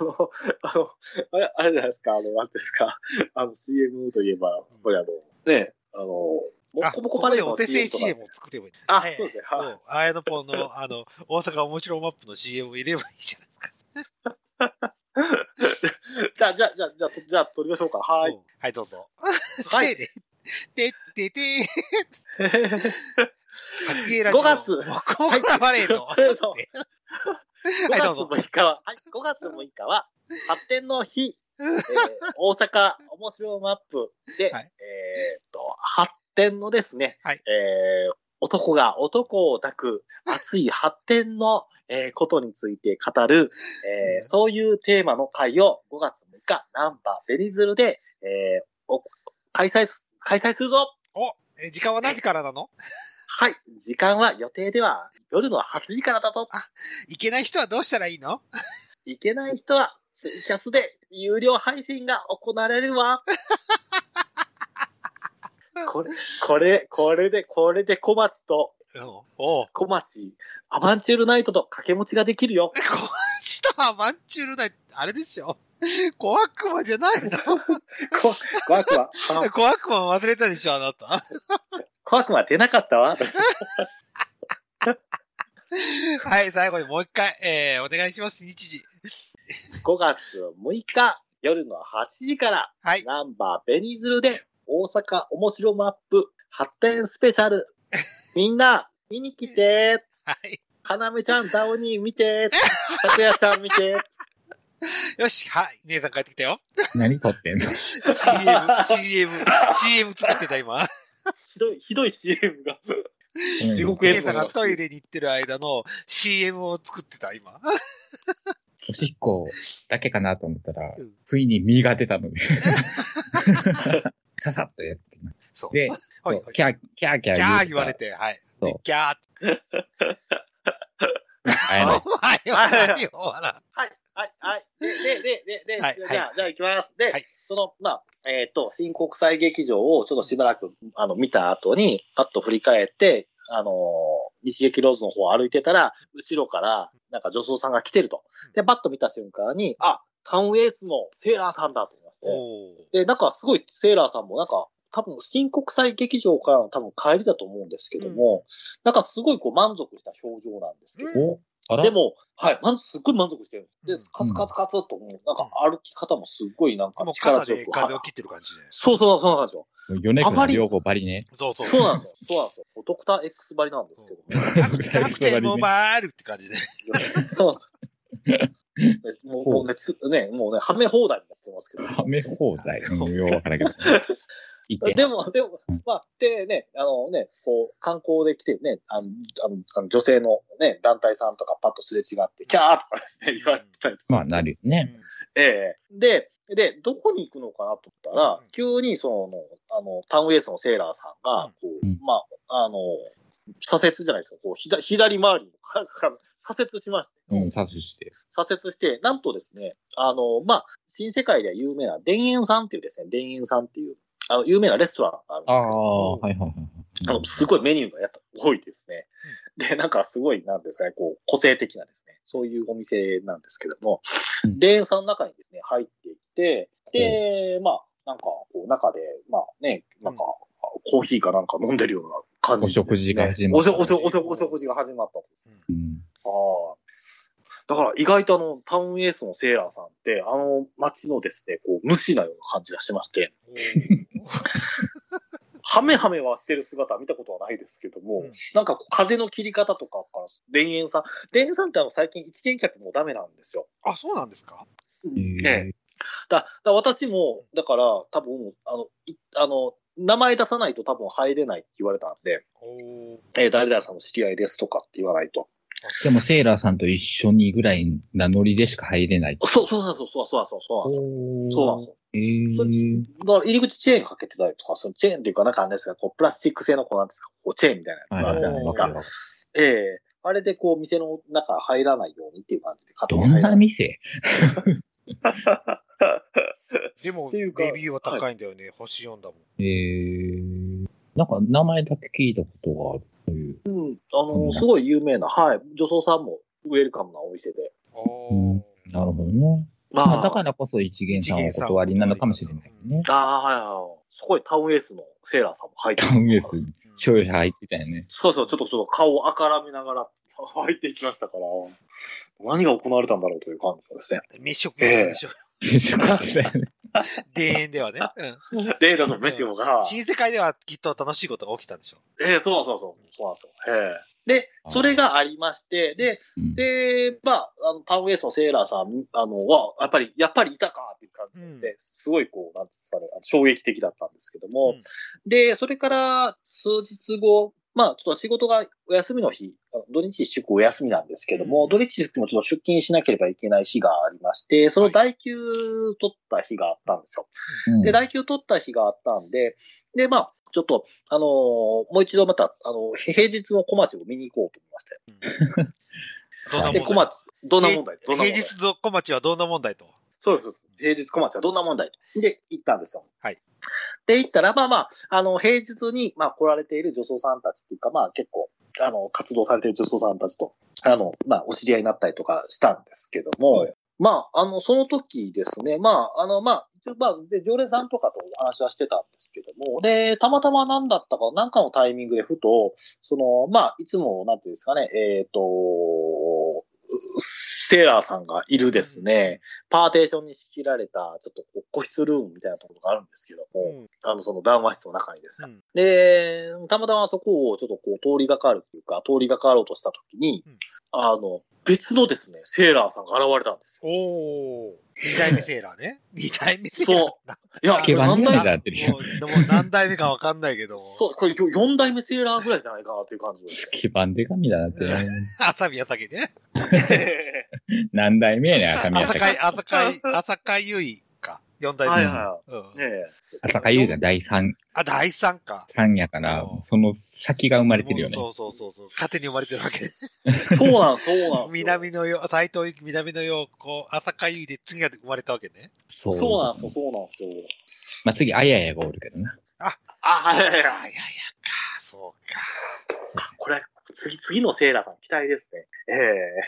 S3: の、あの、あれ、あれじゃないですか、あの、なんですか、あの、CM といえば、やっぱりあの、ね、あの、ボ
S1: あ、
S3: コボコ
S1: こ
S3: パ
S1: こ
S3: レ
S1: で
S3: ード
S1: お
S3: の
S1: 手製
S3: CM とか
S1: CM を作ればいい。
S3: あ
S1: はい
S3: そうですね
S1: も
S3: はいう
S1: あやのぽんの、あの、大阪おもちろマップの CM を入れればいいじゃないか。
S3: じゃあ、じゃあ、じゃあ、じゃあ、じゃあ、撮りましょうか。は。
S1: はいい。はい、どうぞ。。
S3: はい
S1: で、で、で、で、ハピエラ
S3: 5月
S1: ボコボコパレード。
S3: パレード
S1: って
S3: 5
S1: はいどう
S3: 月
S1: ぞ
S3: 6日は、はい、5月6日は、発展の日、えー大阪面白マップで、
S1: はい
S3: えーっと、発展のですね、
S1: はい
S3: えー男が男を抱く熱い発展の、えーことについて語る、えーそういうテーマの会を5月6日、ナンバーベニズルで、えーお開催す、開催するぞ
S1: お、え時間は何時からなの
S3: はい、時間は予定では夜の8時からだぞ
S1: 行けない人はどうしたらいいの
S3: いけない人は、ツイキャスで有料配信が行われる わ。これ、これ、これで、これで小松と、
S1: うん。おう。
S3: 小町、アバンチュールナイトと掛け持ちができるよ。
S1: え、小町とアバンチュールナイト、あれでしょ 小悪魔じゃないの
S3: こ、小悪魔、あ
S1: 小悪魔忘れたでしょあなた。
S3: 小悪魔出なかったわ。
S1: はい、最後にもう一回、えー、お願いします、日時。
S3: 5月6日、夜の8時から、
S1: はい。
S3: ナンバーベニズルで、大阪面白マップ発展スペシャル。みんな、見に来て、
S1: はい。
S3: かなめちゃん、ダウニー見 て、さくやちゃん見て、
S1: よし、はい。姉さん帰ってきたよ。
S2: 何撮ってんの
S1: CM、CM、CM 作ってた今。
S3: ひどい、ひどい CM が。 地獄
S1: 姉
S3: 絵
S1: さ
S3: 図
S1: んがトイレに行ってる間の CM を作ってた今。
S2: おしっこだけかなと思ったら
S1: うん、
S2: 不意に身が出たので。 ささっとやってきまし
S1: そ
S2: た
S1: う。
S2: で、
S1: はい
S2: そうキャー、キャーキャー
S1: ギャー言
S2: 言
S1: わ
S2: わ
S1: れ
S2: れて
S1: て、はい。
S2: そ
S1: で
S2: う
S1: ギャーって。
S2: た。
S1: お
S2: あやの
S1: 前 は何を笑う
S3: はい、はい、はい。で、で、で、で、で、
S1: はい
S3: じゃあ、
S1: はい
S3: じゃあ行きます。で、
S1: はい
S3: その、まあ、えっ、と、新国際劇場をちょっとしばらく、あの、見た後に、パッと振り返って、あのー日劇ローズの方を歩いてたら、後ろから、なんか女装さんが来てると。で、パッと見た瞬間に、あ、タウンエースのセーラーさんだと思いまして。
S1: おー
S3: で、なんかすごいセーラーさんもなんか、多分新国際劇場からの多分帰りだと思うんですけども、なんかすごいこう満足した表情なんですけど、
S2: お、あら
S3: でも、はい、満足、すっごい満足してるんで
S1: うん
S3: す。で、カツカツカツと、もうなんか歩き方もすっごいなんか
S1: もう
S3: 力
S1: 肩
S3: 強
S1: で
S3: く。
S1: 風
S3: は
S1: を
S3: い
S1: 切ってる感じで。
S3: そうそう、そうなんですよ。
S2: 米子の両方バリね。
S1: そうそう。
S3: そうなんですよ。そうなんですよ。ドクター X ばりなんですけど。
S1: 100点モバールって感じで。
S3: そう なんですよ。もうもうね、つね、もうね、はめ放題になってますけど。
S2: はめ放題。うんようわから んけど。いて。
S3: でも、でも
S2: うん、
S3: まあ、でね、あのね、こう、観光で来てね、あの、あの、あの女性のね、団体さんとかパッとすれ違って、キャーとかですね、言われてたりとか。
S2: まあ、なるよね。
S3: ええで、で、どこに行くのかなと思ったら、
S1: うん
S3: 急にその、あの、タウンエースのセーラーさんが、こう、
S2: うん
S3: まあ、あの、左折じゃないですか、こう、左左回りに、 左折しまして、
S2: うん、さすして。
S3: 左折して、なんとですね、あの、まあ、新世界では有名な田園さんっていうですね、田園さんっていう、あの、有名なレストランがあるん
S2: あ
S3: ですけど、
S2: あ、はいはいはい
S3: あ
S2: はい
S3: の、。すごいメニューがやっぱ多いですね。で、なんかすごい、なんですかね、こう、個性的なですね、そういうお店なんですけども、
S2: うん
S3: レーンさんの中にですね、入っていって、で、まあ、なんか、こう、中で、まあね、なんか、コーヒーかなんか飲んでるような感じで
S2: お食事が始ま
S3: お
S2: った
S3: 食お食お食お食事が始まったとですね。
S2: うん
S3: ああ。だから意外とあの、タウンエースのセーラーさんって、あの街のですね、こう、無視なような感じがしまして、ハメハメはしてる姿は見たことはないですけども、
S1: うん
S3: なんかこう風の切り方とかから、田園さん、田園さんってあの最近一見客もダメなんですよ。
S1: あ、そうなんですか
S3: ええ
S2: へ
S3: だだから私も、だから多分、あの、いあの、名前出さないと多分入れないって言われたんで、
S1: おー
S3: えー誰々さんの知り合いですとかって言わないと。
S2: えでも、セーラーさんと一緒にぐらいなノリでしか入れない。
S3: そうそうそうそうそうそうそうなんですよ。そうなんですよ。
S2: ですえ
S3: だから入り口チェーンかけてたりとか、そのチェーンっていうか、なんかあれですか、こう、プラスチック製のこうなんですか、こう、チェーンみたいな
S2: え
S3: やつあるじゃないですか。
S1: はい
S3: ええあれでこう、店の中入らないようにっていう感じで、勝手
S2: ど
S3: に
S2: ん
S3: 入ら
S2: な
S3: ない
S2: 店
S1: でも、
S3: て
S1: レ
S3: いうか
S1: ビューは高いんだよね。星4だもん。
S2: ええなんか名前だけ聞いたことがあるという。
S3: うんあの、すごい有名な、はい、女装さんもウェルカムなお店で。
S1: おー
S2: あなるほどね。
S3: ま
S2: まあ、だ
S3: あ、
S2: からこそ一元さんはお断りなのかもしれないね。
S3: ああ、はいはい。すごいタウンエースのセーラーさんも入って
S2: タウンエース、
S1: うん
S2: 商用車入ってたよね。
S3: そうそう、ちょっとちょっと顔をあからめながら 入っていきましたから、何が行われたんだろうという感じですね。
S1: 飯食ってたでしょ。
S2: 定食してたよね。
S1: 田園ではね。うん
S3: で、だそう、メシオが、
S1: 新世界ではきっと楽しいことが起きたんでしょ
S3: ええそうそうそう、そうなんですよ。ええで、それがありまして、で、
S2: うん
S3: で、まあ、あのタウンエースのセーラーさん、あの、は、やっぱり、やっぱりいたかっていう感じでして、すごいこう、なんていうんですかね、あの衝撃的だったんですけども、
S1: うん
S3: で、それから数日後、まあ、ちょっと仕事がお休みの日、あの土日祝お休みなんですけども、
S1: うん
S3: 土日祝もちょっと出勤しなければいけない日がありまして、その代休取った日があったんですよ。
S2: うん
S3: で、代休取った日があったんで、で、まあ、ちょっと、あのーもう一度また、あの、へ平日の小町を見に行こうと思いまして。
S1: どんな問題
S3: で、小町、どんな問題どんな問
S1: 平
S3: 題
S1: 日の小町はどんな問題と。
S3: そうですそうです。平日小町はどんな問題で、行ったんですよ。
S1: はい。
S3: で、行ったら、まあまあ、あの、平日に、まあ、来られている女装さんたちっていうか、まあ、結構、あの、活動されている女装さんたちと、あの、まあ、お知り合いになったりとかしたんですけども、
S1: はい
S3: まあ、あの、その時ですね、まあ、あの、まあ、一応、まあ、で、常連さんとかとお話はしてたんですけども、で、たまたま何だったか、何かのタイミングでふと、その、まあ、いつも、なんていうんですかね、えっ、と、セーラーさんがいるですね、パーテーションに仕切られた、ちょっとこう個室ルームみたいなところがあるんですけど
S1: う
S3: も、
S1: ん
S3: あの、その談話室の中にですね。
S1: うん
S3: で、たまたまそこをちょっとこう通りがかるというか、通りがかろうとしたときに、
S1: うん
S3: あの、別のですね、セーラーさんが現れたんですよ。
S1: おー。二代目セーラーね。 二代目セーラー。
S3: そう
S1: ない
S3: や、
S2: あ
S1: あ
S2: けば
S3: 何
S2: に
S3: 代
S2: なってるよ。
S1: もうでも何代目かわかんないけども。
S3: そう、これ4代目セーラーぐらいじゃないかなという感じです。
S2: 基盤で神だなって。
S1: 朝宮酒ね。
S2: 何代目やねん、赤宮
S1: 朝
S2: 崎。
S1: 会、朝会、朝会優衣か。四代目。
S3: はいは
S1: うん
S3: い。ねえ。
S2: 朝香優が第3、
S1: あ、第三か。
S2: 三やから、その先が生まれてるよね。
S1: もうそうそうそうそう。勝手に生まれてるわけです。
S3: そうなん、そうなん。
S1: 南のよ、斎藤由貴、南のよ、こう、朝香ゆいで次が生まれたわけね。
S2: そ
S3: そうなんですよ、そうなんですよ。
S2: まあ、次、あややがおるけどな。
S3: あ、はいはい
S1: あ
S3: は
S1: や。
S3: い
S1: やか、そうか。
S3: これ、次、次のセーラーさん期待ですね。え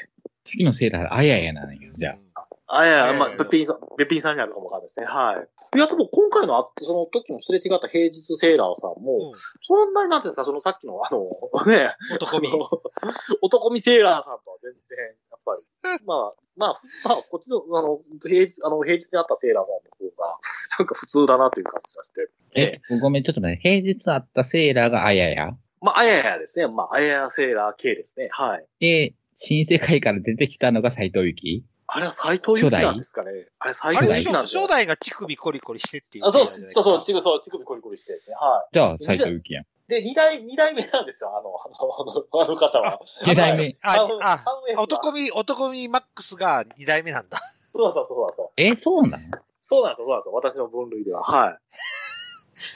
S3: え
S2: 次のセーラー、あややなんよ、じゃあ。
S1: あ。
S3: あ、いやいや、まあ
S1: え、え
S3: べっぴんさん、べっぴんさんになるかもわかんないですね。はい。いや、でも今回のあ、その時のすれ違った平日セーラーさんも、
S1: うん
S3: そんなになんていうんですか、そのさっきの、あ の、ね、
S1: 男見
S3: あ。の男見セーラーさんとは全然、やっぱり、まあ、まあ、まあ、こっちの、あの、平日、あの、平日にあったセーラーさんの方が、なんか普通だなという感じがして。ええ。
S2: ごめん、ちょっと待って。平日あったセーラーがあやや。
S3: まあ、あややですね。まあ、あややセーラー系ですね。はい。
S2: で、新世界から出てきたのが斎藤由貴。
S3: あれは斎藤由貴なんですかね。あれ斎
S1: あ
S3: 藤
S1: れでし
S2: 代
S3: 由貴
S1: ょ
S3: なんです
S1: 初
S3: よ。
S1: 代が乳首コリコリしてっていう。
S3: あそうそうそう、乳首そう、乳首コリコリしてですね。はい。
S2: じゃあ、斎藤由貴やん。
S3: で、二代、二代目なんですよ、あの、あの、あのあの方は。
S2: 二代目。
S1: あ
S3: あの
S1: あ、
S3: タウンエースは
S1: 男見、男見マックスが二代目なんだ。
S3: そうそうそうそうそう。
S2: え、そうなの
S3: そうなんですよ、そうなんですよ。私の分類では。は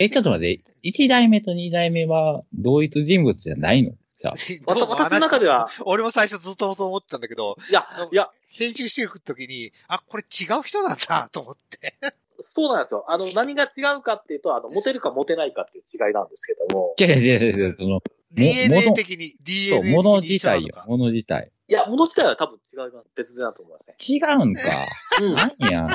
S3: い。
S2: え、ちょっと待って。一代目と二代目は同一人物じゃないのじゃあ。
S3: わた私の中では。
S1: 俺も最初ずっとそう思ってたんだけど、
S3: いや、いや、
S1: 編集していくときに、あ、これ違う人なんだ と思って。
S3: そうなんですよ。あの、何が違うかっていうと、あの、モテるかモテないかっていう違いなんですけども。
S2: 違う違う違う違う、その、
S1: DNA 的に、DNA
S2: そう、
S1: 的に一緒なのか。
S2: 物自体よ。物自体。
S3: いや、もの自体は多分違います。別だと思いますね。
S2: 違うんか。
S3: うん。い
S2: 何 や。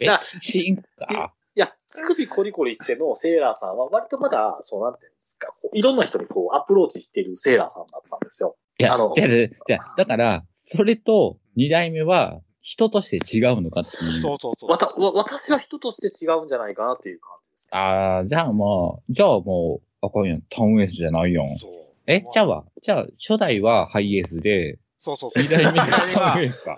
S2: え、違うか。
S3: や、乳首コリコリしてのセーラーさんは、割とまだ、そうなんていうんですか、こういろんな人にこう、アプローチしているセーラーさんだったんですよ。
S2: いや、
S3: あの
S2: じゃあじゃあだから、それと二代目は人として違うのかっていう。
S1: そうそうそう。
S3: わた、わ、私は人として違うんじゃないかなっていう感じですね。
S2: ああ、じゃあまあ、じゃあもう、あかんやん。タウンエースじゃないやん。
S1: そう
S2: え、じゃあは、じゃあ、初代はハイエースで、
S1: そうそうそう。
S2: 二代目 が
S1: 左
S2: タウンエー
S1: が
S2: スか。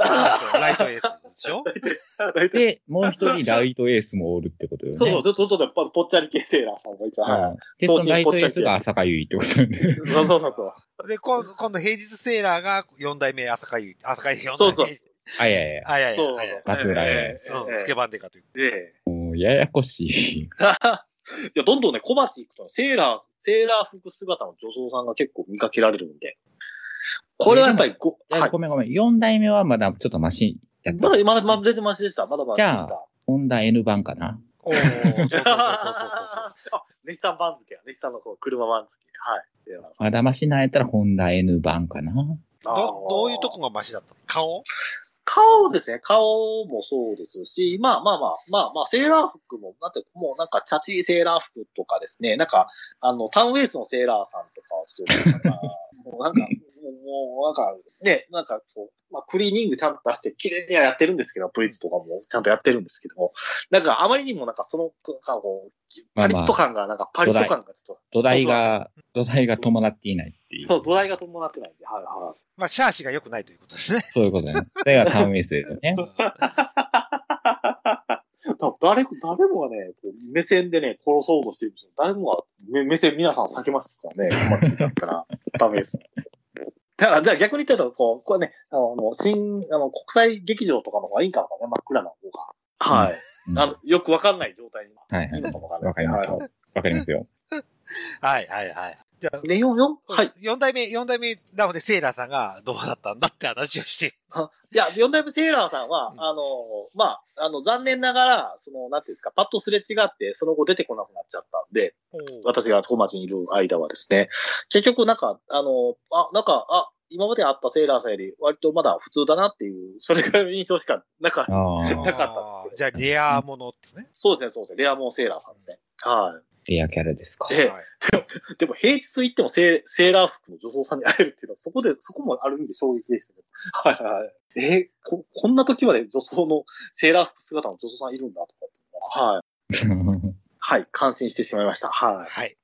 S1: そうライトエースでしょ
S3: 大体です。大 体
S2: で、もう一人ライトエースもおるってことよね。
S3: そうそう、ちょっと、ちょっと、ぽぽっちゃり系セーラーさんがいた。
S2: うん
S3: は
S2: で、そ
S3: そう
S2: のライトエースが
S3: こ
S2: 浅香ゆいってことよ ね。
S3: い。そうそうそうそう。
S1: で、こん今度平日セーラーが4代目朝香ゆい、朝香ゆい4代目。
S3: そうそう
S2: あ、いやいや。
S1: あいやいや。
S3: そう
S1: あいやいや
S2: 松村
S3: ええ
S1: そう
S3: ええ
S1: つけばんでかという。
S3: で、
S2: もうややこしい。
S3: いや、どんどんね、小鉢行くと、セーラー、セーラー服姿の女装さんが結構見かけられるんで。これはやっぱりご、
S2: いや
S3: はい。
S2: ごめんごめん。4代目はまだちょっとマシやった
S3: ま。だ、まだ、まだ全然マシでした。まだマシでし
S2: じゃ
S3: た。
S2: ホンダ N 版かな。
S1: おー、そうそうそうそうそうそう。
S3: あ、ネヒさん番付や。ネヒさんのこう車番付。はい。セーラーさん
S2: まだマシなんやったらホンダ N 版かな。
S1: ど、どういうとこがマシだったの顔
S3: 顔ですね。顔もそうですし、まあまあまあ、まあまあ、セーラー服も、なんて、もうなんか、チャチーセーラー服とかですね、なんか、あの、タウンウェイスのセーラーさんとかは、ちょっとなんか、もうなんか、もうなんか、ね、なんかこう、まあ、クリーニングちゃんと出して、綺麗にはやってるんですけど、プリーズとかもちゃんとやってるんですけども、なんか、あまりにもなんか、その、なんかこう、
S2: まあ
S3: パ
S2: まあ
S3: リッと感が、なんか、パリッと感がちょっと、
S2: 土台が、土台が伴っていないっていう。
S3: そう、土台が伴ってないんで、はいはい。
S1: まあ、シャーシが良くないということです ね。
S2: そういうことね。それがタウンウェイスですよね。
S3: だ誰か、誰もがね、こう目線でね、殺そうとしてるんですよ。誰もが目目線皆さん避けますからね、お祭りだったら、 ダメです。だから、じゃあ逆に言ったら、こう、これね、あの、新、あの、国際劇場とかの方がいいんかもね、真っ暗な方が。はい。
S2: うん
S3: あ
S2: は
S3: の、よくわかんない状態に。
S2: いはい
S3: いのかもわかんない
S2: わかりますよ。わかりますよ。
S1: はいはいはい。じゃあ、
S3: で、4、4? はい。
S1: 4代目、四代目、なのでセーラーさんがどうだったんだって話をして。
S3: いや、四代目セーラーさんは
S1: う、ん
S3: あの、まあ、あの、残念ながら、その、なんていうんですか、パッとすれ違って、その後出てこなくなっちゃったんで、私が小町にいる間はですね、結局なんか、あの、あ、なんか、あ、今まで会ったセーラーさんより割とまだ普通だなっていう、それぐらいの印象しか、なんか、
S2: あ
S1: あ
S2: あ、
S3: かったんですけど
S1: ーじゃあ、レアものですね。
S3: そうですね、そうですね、レアモンセーラーさんですね。は
S2: レアキャラですか。
S3: ええ
S1: はい
S3: い。でも平日行ってもセーセーラー服の女装さんに会えるっていうのは、そこで、そこもある意味で衝撃でしたけど。はいはいはい。えーこ、こんな時まで女装の、セーラー服姿の女装さんいるんだとかって。はい。はい、感心してしまいました。はい。
S1: はい。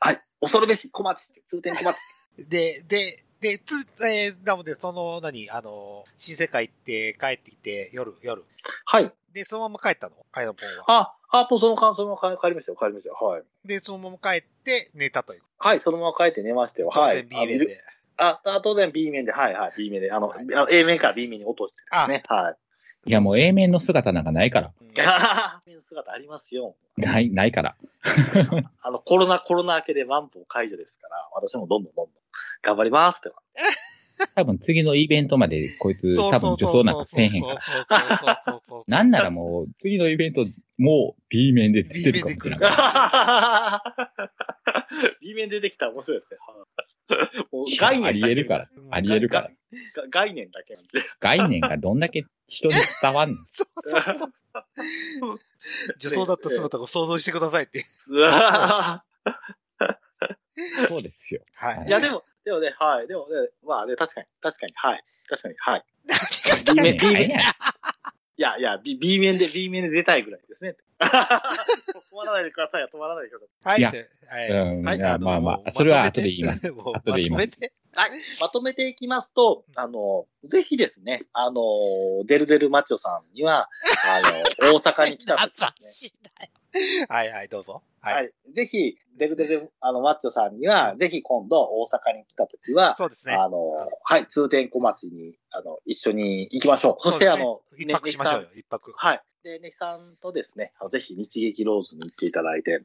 S3: はい。恐るべし、小町って、通天小町って。
S1: で、で、で、つ、えーなので、その、何、あの、新世界行って帰ってきて、夜、夜。
S3: はい。
S1: で、そのまま帰ったのアイロンポンは。
S3: あ、あ、もうその感想も帰帰りましたよ、帰りましたよ。はい。
S1: で、そのまま帰って寝たという。
S3: はい、そのまま帰って寝ましたよ。は
S1: 当
S3: い。
S1: 然 B 面で。
S3: あ。あ、当然 B 面で、はいはい、B 面で。あの、
S1: はい
S3: あの A 面から B 面に落としてですね。はい
S2: や、もう A 面の姿なんかないから。
S1: うん
S3: い。あ面の姿ありますよ。
S2: ない、ないから。
S3: あの、コロナ、コロナ明けでマンプを解除ですから、私もどんどんどんどん頑張りますって。
S2: 多分次のイベントまでこいつ
S1: そう
S2: 多分女装なんかせえへんから。
S1: から。そうそうそうそうそうそうそうそう
S2: なんならもう次のイベント、もう B 面で出てるかも
S1: B 面
S2: しれ
S1: で来るか
S2: ない。
S3: B 面出てきたら面白いですね。はいもう概念
S2: あり
S3: だけ
S2: えるから。
S1: うん
S2: ありえるから。
S3: が概念だけなんで。
S2: 概念がどんだけ人に伝わんの
S1: そうそうそう。 女装だった姿を想像してくださいって。
S3: うわー
S2: そうですよ。
S1: はい
S3: い。や、でも、でもね、はい。でもね、まあね、確かに、確かに、はい。確かに、はい。
S2: B 面、
S1: B 面
S2: ないやん
S3: いやいや、B, B 面で、B 面で出たいぐらいですね。 止まらないでくださいよ、止まらないでくだ
S1: はい。
S2: いや
S1: で
S2: うん
S1: はい
S2: まあ
S1: の
S2: まあまあ
S1: もう
S2: それは
S1: まとめて
S2: 後で言い ます
S1: もう
S2: 後で言いま
S1: まとめ
S2: す
S1: て
S3: さい。はい。まとめていきますと、あの、ぜひですね、あの、デルデルマチョさんには、あの、大阪に来た 時ですね
S1: 優。しいなはいはい、どうぞ。
S3: は
S1: はい。
S3: い。ぜひ、デルデル、あの、マッチョさんには、ぜひ今度、大阪に来た時は、
S1: そうですね。
S3: あの、はい、通天小町に、あの、一緒に行きましょう。そして、
S1: う
S3: あ
S1: ですね一
S3: の、
S1: 泊しましょうよ、一泊。
S3: はい。で、ネヒさんとですね、あのぜひ日劇ローズに行っていただいて、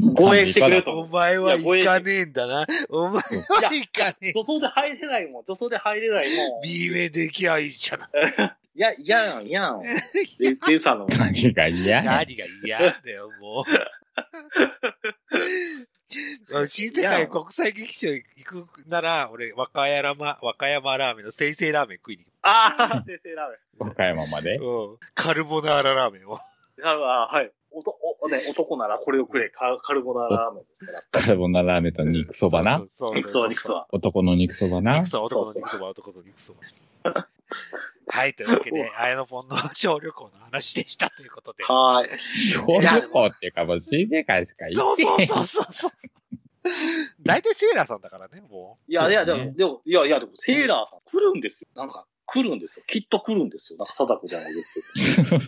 S3: 護衛してくれると思
S1: お
S3: う。
S1: 前はい
S3: やご縁
S1: 行かねえんだな。お前は行かねえ。
S3: 女装で入れないもん、女装で入れないもん。い
S1: B 面で行きゃいいじゃない。
S3: や、いやん、い やん。で、でさんの、
S2: 何が嫌や
S1: 何が嫌だよ、もう。新世界国際劇場行くなら、俺、和歌山、和歌山ラーメンの先生ラーメン食いに
S3: ああ、先生ラーメ
S2: 和歌山まで。
S1: 行く。うん。カルボナーララーメンを。
S3: ン。なるほど、あはい。おとおね、男ならこれをくれ、カカルボナーララーメンですから。
S2: カルボナラーメンと肉そばな。。
S1: そう
S3: 肉そば、肉そ。ば。
S2: 男の肉そばな
S1: 肉。そば、男の肉そば、男の肉そば。はい、というわけ で、綾野ポンの小旅行の話でしたということで。
S3: はーい。
S2: 小旅行っていうかもう新世界しか行
S1: そ
S2: っ
S1: う
S2: て
S1: そう
S2: へん。
S1: そうそうそう。大体セーラーさんだからね、も
S3: いや、いや、で
S2: そうね
S3: も、でも、いや、いや、でも、セーラーさん来るんですよ。なんか、来るんですよ。きっと来るんですよ。なんか、貞子じゃないです けど。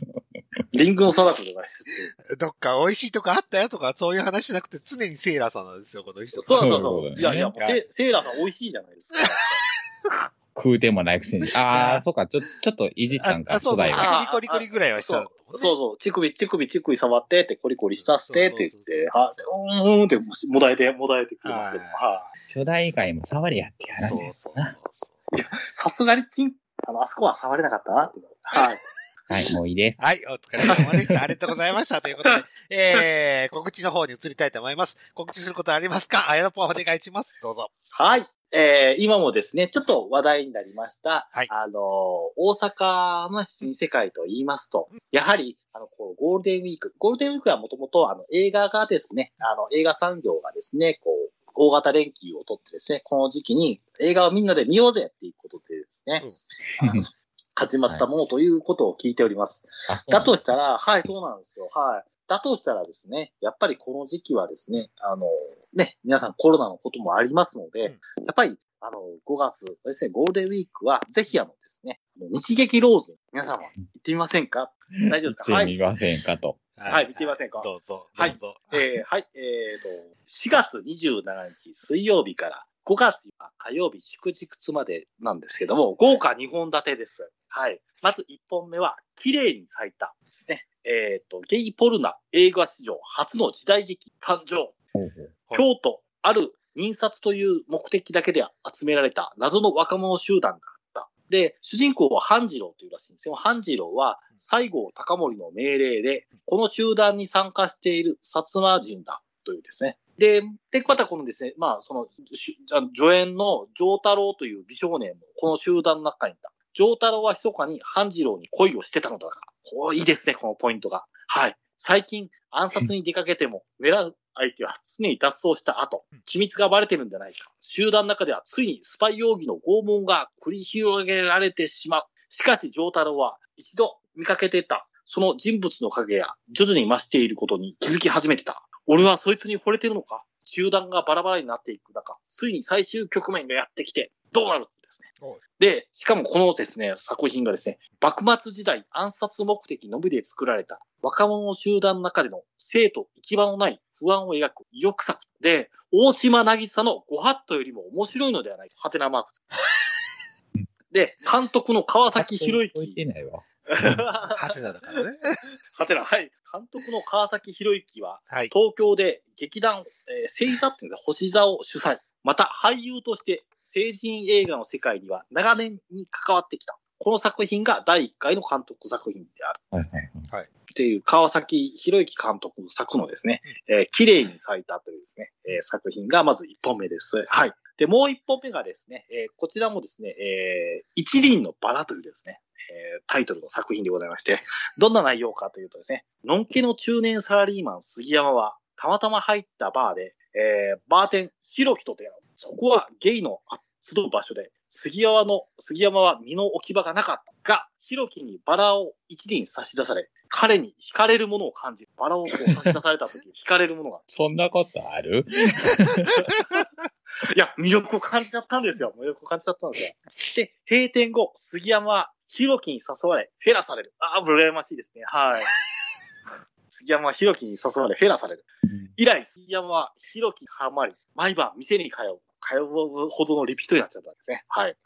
S3: リングの貞子じゃないですけど。
S1: う。どっか美味しいとこあったよとか、そういう話じゃなくて、常にセーラーさんなんですよ、この人。
S3: そうそ
S2: そう
S3: うそ
S2: いうこと
S3: う。
S2: ね
S3: いやいや、もうセセーラーさん美味しいじゃないですか。
S2: 食うてもないく せに。ああ、そうか、ちょ、ちょっといじったん
S1: あ
S2: か、
S1: あ、そうそう、
S2: 初代
S1: チク
S2: は。
S1: リコリコリぐらいはし
S3: そ
S1: た
S3: う。そうそう。乳首、乳首、乳首触ってって、コリコリしたってって言っ
S1: そうそうそう
S3: て、は、うーんって、もしもだえて、もだえてくれますけど。
S1: はい
S3: はい。
S2: 初代以外も触りやって
S1: そう
S2: 話
S1: そう
S2: だよ
S1: そう
S2: な。
S1: そう。
S3: さすがに、チン、あの、あそこは触れなかったなって思う。はい。
S2: はい、もういいです。
S1: はい、お疲れ様でした。ありがとうございました。ということで、えー、告知の方に移りたいと思います。告知することありますかあやのぽんお願いします。どうぞ。
S3: はい。えー今もですね、ちょっと話題になりました、
S1: はい
S3: あのー大阪の新世界と言いますと、やはり、あの、こう、ゴールデンウィーク、ゴールデンウィークはもともと、あの、映画がですね、あの、映画産業がですね、こう、大型連休を取ってですね、この時期に映画をみんなで見ようぜっていうことでですね、始まったものということを聞いております。だとしたら、はい、そうなんですよ。はい。だとしたらですね、やっぱりこの時期はですね、あの、ね、皆さんコロナのこともありますので、
S1: うん
S3: やっぱり、あの、5月ですね、ゴールデンウィークは、ぜひあのですね、あの日劇ローズ、皆さんは行ってみませんか大丈夫ですか
S2: は。
S3: はい
S2: 見
S3: い。
S2: ませんかと。
S3: はい見てみませんか
S1: どうぞ。
S3: はい
S1: どうぞ。
S3: えーはい、えーと、4月27日水曜日から5月4日火曜日祝日までなんですけども、豪華2本立てです。はい。まず1本目は、綺麗に咲いたですね。えーと、ゲイポルナ映画史上初の時代劇誕生。
S1: はい
S3: 京都、ある印刷という目的だけで集められた謎の若者集団があった。で、主人公は半次郎というらしいんですよ。半次郎は西郷隆盛の命令で、この集団に参加している薩摩人だというですね。で、で、またこのですね、まあ、その、しじゃ助演の上太郎という美少年もこの集団の中にいた。上太郎は密かに半次郎に恋をしてたのだが、おーいいですね、このポイントが。はい。最近、暗殺に出かけても、狙う相手は常に脱走した後、機密がバレてるんじゃないか。集団の中ではついにスパイ容疑の拷問が繰り広げられてしまう。しかし、上太郎は一度見かけてた、その人物の影が徐々に増していることに気づき始めてた。俺はそいつに惚れてるのか集団がバラバラになっていく中、ついに最終局面がやってきて、どうなるんですね
S1: おい。
S3: で、しかもこのですね、作品がですね、幕末時代暗殺目的のみで作られた若者集団の中での生と行き場のない不安を描く意欲作で、大島渚のご法度よりも面白いのではないか。ハテナマーク。で、監督の川崎博
S2: 置い
S3: 之。
S2: てないわ。
S1: ハテナだからね。
S3: ハテナ、はい。監督の川崎博之は、
S1: はい。
S3: 東京で劇団、えー星座っていうので星座を主催。また俳優として成人映画の世界には長年に関わってきた。この作品が第1回の監督作品である。
S2: はいはいはい
S3: っていう川崎博之監督の作のですね、えー綺麗に咲いたというですね、えー作品がまず1本目です。はい。で、もう1本目がですね、えーこちらもですね、えー一輪のバラというですね、えータイトルの作品でございまして、どんな内容かというとですね、のんけの中年サラリーマン杉山は、たまたま入ったバーで、えーバーテン、ひろきと出会う。そこはゲイの集う場所で、杉山の、杉山は身の置き場がなかったが、ひろきにバラを一輪差し出され、彼に惹かれるものを感じ、バラをこう差し出され た時、惹かれるものが、
S2: そんなことある
S3: いや、魅力を感じちゃったんですよ。魅力を感じちゃったんですよ。で、閉店後、杉山は、ひろきに誘われ、フェラされる。ああ、羨ましいですね。 はい。杉山はひろきに誘われ、フェラされる。以来、杉山は広きハマり、毎晩店に通う、通うほどのリピートになっちゃったんですね。はい。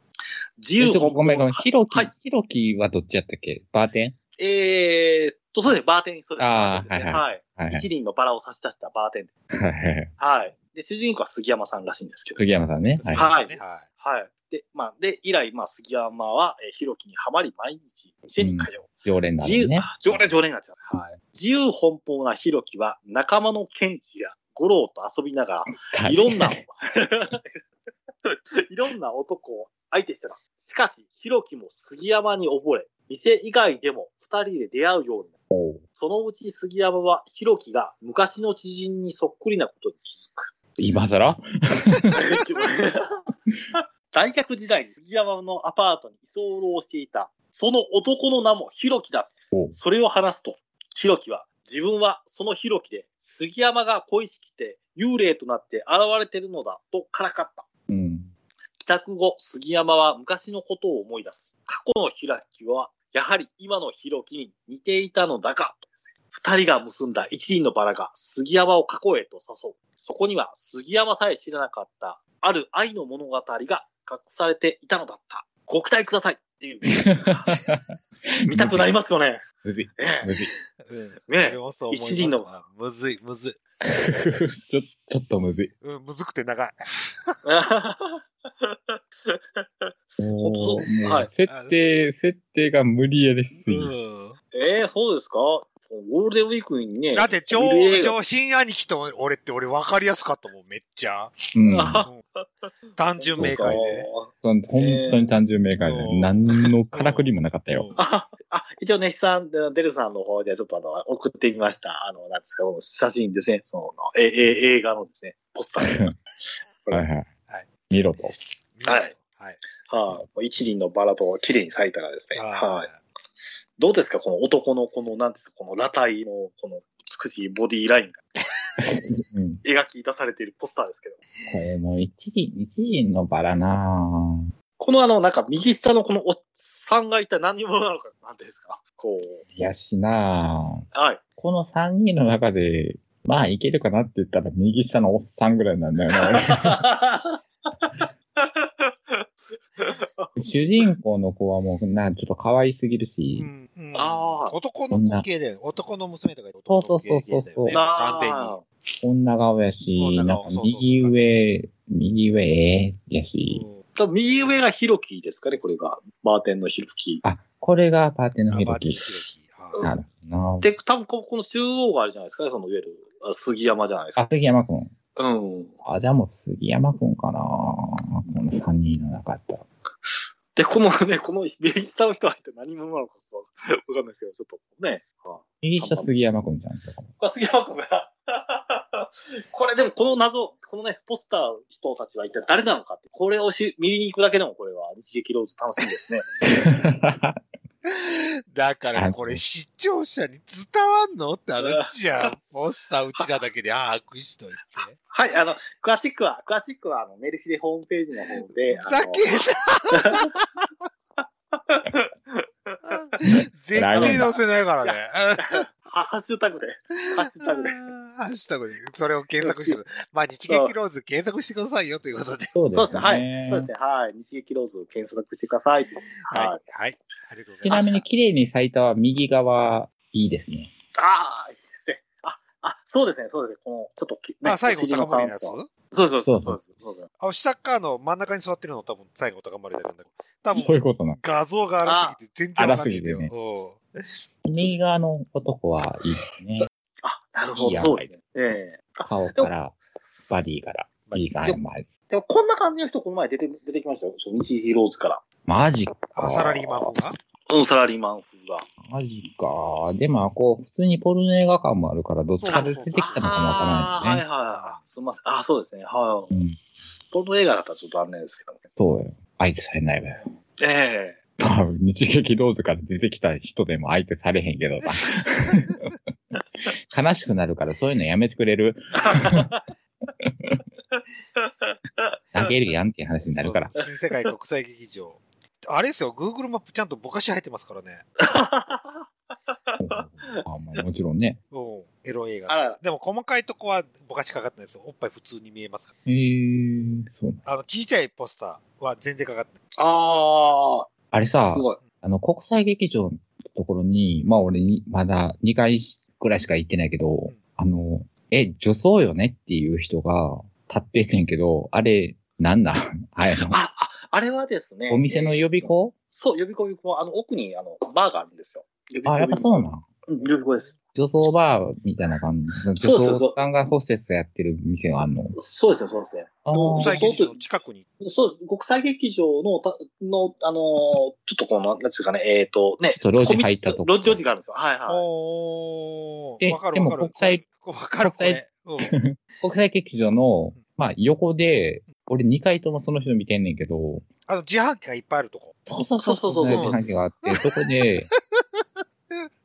S3: 自
S2: え
S3: 由
S2: っと
S3: 奔放
S2: ごめんごめん。ひろき
S3: はい、
S2: ひろきはどっちやったっけバーテン
S3: えーっと、そうですね、バーテン、そうですね。
S2: あー
S3: バーテンですね
S2: は
S3: はい。
S2: はいはい
S3: 一輪のバラを差し出したバーテン。
S2: はいはい。
S3: はい。で、主人公は杉山さんらしいんですけど。
S2: 杉山さんね。はい。
S3: は
S1: そうですねはい。
S3: はい。で、まあ、で、以来、まあ、杉山は、えー、ひろきにハマり、毎日店に通う。
S2: 常連なん
S3: 自
S2: で
S3: 由、
S2: ね。
S3: あ常連常連になっちゃう。はい。自由奔放なひろきは、仲間のケンチや五郎と遊びながら、いろんな、 いろんな男を相手してた。しかし、ひろきも杉山に溺れ、店以外でも二人で出会うようになる。そのうち杉山は、ひろきが昔の知人にそっくりなことに気づく。
S2: 今更
S3: 大学時代に杉山のアパートに居候していた、その男の名もひろきだ。それを話すと、ひろきは、自分はそのひろきで、杉山が恋しきて幽霊となって現れてるのだとからかった。
S2: うん。
S3: 帰宅後、杉山は昔のことを思い出す。過去のひらきは、やはり今のひろきに似ていたのだが、とですね二人が結んだ一輪のバラが杉山を過去へと誘う。そこには杉山さえ知らなかった、ある愛の物語が隠されていたのだった。ご期待くださいっていう。見たくなりますよね。
S2: むずい。
S3: ええ
S2: むずい。
S1: うん。
S3: ね
S1: 俺もそう思います
S3: 一輪の
S1: あむずい、むずい。
S2: ちょちょっとむずい。
S1: うん、むずくて長い。
S2: もう
S3: そう
S2: もう
S3: はい
S2: 設定、設定が無理やりすぎ
S1: う
S2: る。
S1: ん。
S3: ええそうですかゴールデンウィークにね。
S1: だって、超
S3: 見る映、画
S1: 超新兄貴と俺って俺分かりやすかったもん、めっちゃ。
S2: うん。
S1: うん単純明快で。
S2: 本当に単純明快
S1: え
S2: で、
S1: ー
S2: 何のからくりもなかったよ。
S3: あ、あ一応ね、ひさん、デルさんの方でちょっとあの、送ってみました。あの、なんですか、この写真ですね。その、え、え、映画のですね、ポスター。
S2: はいはい。見ろと。
S1: うん
S3: はい。
S1: はい。
S3: はい。一輪のバラと綺麗に咲いたらですね。はい。
S1: い。
S3: どうですか、この男のこの、なんですか、この裸体の、この美しいボディラインが
S2: うん。
S3: 描き出されているポスターですけど。
S2: これもう一輪、一輪のバラなぁ。
S3: このあの、なんか右下のこのおっさんが一体何者なのか、なんていうんですか。こう、
S2: いやしなぁ。
S3: はい。
S2: この三人の中で、まあいけるかなって言ったら右下のおっさんぐらいなんだよな。主人公の子はもう、な、ちょっと可愛すぎるし、
S1: うんうん
S3: あー
S1: 男の子系だよ。男の娘とか言って男の子系だ よね。
S3: な
S1: 完全に。
S2: 女顔やし、
S1: 女
S2: な
S1: 顔
S2: んか
S1: そうそうそう
S2: 右上、右上、ええやし、
S3: 多分右上がヒロキですかね、これが。バーテンのヒロキ。
S2: あ、これがパーテ
S1: う
S2: ィー
S1: ん
S2: の
S1: ア
S2: ヒ
S1: バ
S2: ロ
S1: ディ
S2: キ。
S1: ヒロキ。
S2: なるほどな。
S3: で、多分ここの中央があるじゃないですかね、そのいわゆるあ杉山じゃないです
S2: あ、
S3: か。
S2: 杉山くん。
S3: うん。
S2: あ、じゃあもう杉山くんかなこの三人の中だったら。
S3: で、このね、この右下の人は一体何者なのかちょっとわかんないですけど、ちょっとね。はい
S2: 右下杉山くんじゃん。
S3: これ杉山君が。 これでもこの謎、このね、ポスターの人たちは一体誰なのかって、これをし見に行くだけでもこれは日劇ローズ楽しみですね。
S1: だからこれ視聴者に伝わんのって話じ ゃん。ポスターうちらだけで、ああ、握手しといて。
S3: はい、あの、詳しくは、詳しくは、あの、メルフィでホームページの方 で、
S1: ふざけ んな絶対載せないからね。
S3: あのハッシュタグで、ハッシュタグ で。
S1: ハッシュタグで、それを検索してください。まあ、日劇ローズ検索してくださいよということで。
S2: そう
S3: そうですね。は
S2: ね
S3: い。そうですね。はい。日劇ローズ検索してくださいと。
S1: はい
S3: はい。。
S1: はい。ありがとうござ
S2: ち
S1: いま
S2: な
S1: す。
S2: みに綺麗に咲いたは右側、いいですね。
S3: ああ、いいですね。あ、あ、そうですね。そうですね。この、ちょっとき、ね
S1: あ、最後、高森のやつ
S3: そうそうそうそうです。そうです
S1: あ、下っ側の真ん中に座ってるの多分最後高森だけなんだけど。多
S2: そうい
S1: 分
S2: うことなの。
S1: 画像が荒すぎて全然わかんないんだよ。
S2: 荒すぎ
S1: うん
S2: 右側の男はいいですね。
S3: あ、なる
S2: い
S3: ほ
S2: い
S3: ど。
S2: や
S3: そうですね。ええ。
S2: 顔から、バディから、
S1: まあ
S2: いいから、まあ
S3: でもこんな感じの人、この前出て、出てきましたよ。その日ヒローズから。
S2: マジか。
S1: あ、サラリーマンが
S3: うん、サラリーマン風が。
S2: マジか。でも、こう、普通にポルノ映画館もあるから、どっちから出てきたのかもわか
S3: あ
S2: らな
S3: あー、はい
S2: で
S3: いはいはいあ。すみません。あ、そうですね。は
S2: す
S3: い。
S2: ね。うん。
S3: ポルノ映画だったらちょっと残念ですけどね。
S2: そうよ。相手されないわよ。
S3: え
S2: まあ日劇ローズから出てきた人でも相手されへんけ どさ。悲しくなるから、そういうのやめてくれ る投げるやんっていう話になるから。
S1: そう新世界国際劇場。あれですよ、Google マップちゃんとぼかし入ってますからね。
S2: あまあ、もちろんね。
S1: うん。エロ映
S3: え。あ
S1: 画。
S3: ら、
S1: でも細かいとこはぼかしかかってないですよ。おっぱい普通に見えます。
S2: えー、そうなん
S1: あの、小さいポスターは全然かかってない。
S3: あ
S2: あれ
S3: あ、
S2: さ
S3: す、ごい。
S2: あの、国際劇場のところに、まあ俺に、まだ2回くらいしか行ってないけど、
S1: ん
S2: あの、え、女装よねっていう人が立っててんけど、あれ、なんなん あれの、
S3: あ、あ、あれはですね。
S2: お店の予備校
S3: そう、呼び込みも、あの、奥に、あの、バーがあるんですよ。呼び込み
S2: あ、やっぱそうなん
S3: うん、呼び込みです。
S2: 女装バーみたいな感じ。
S3: そうそうそう
S2: 女装さんがホステスやってる店があんの。
S3: そうですね、そうですね。
S2: あ
S3: そう
S1: 国
S2: ー
S1: 際劇場の近くに。
S3: そうです。国際劇場の、たの、あのーちょっとこの、なんつうかね、えっ、ー、と、ね、
S2: ちょっと路地入ったとこ
S3: コミック路路地があるんですよ。はいはい。
S1: おー。
S2: で
S1: わか
S2: で
S1: るわ
S2: も
S1: かる。
S2: 国際
S1: わかる、これ。うん。
S2: 国際劇場の、まあ横で、俺2回ともその人見てんねんけど、
S1: あの、自販機がいっぱいあるとこ。
S2: そうそうそうそう
S3: そうそうそう
S2: 自販機があって、そこで、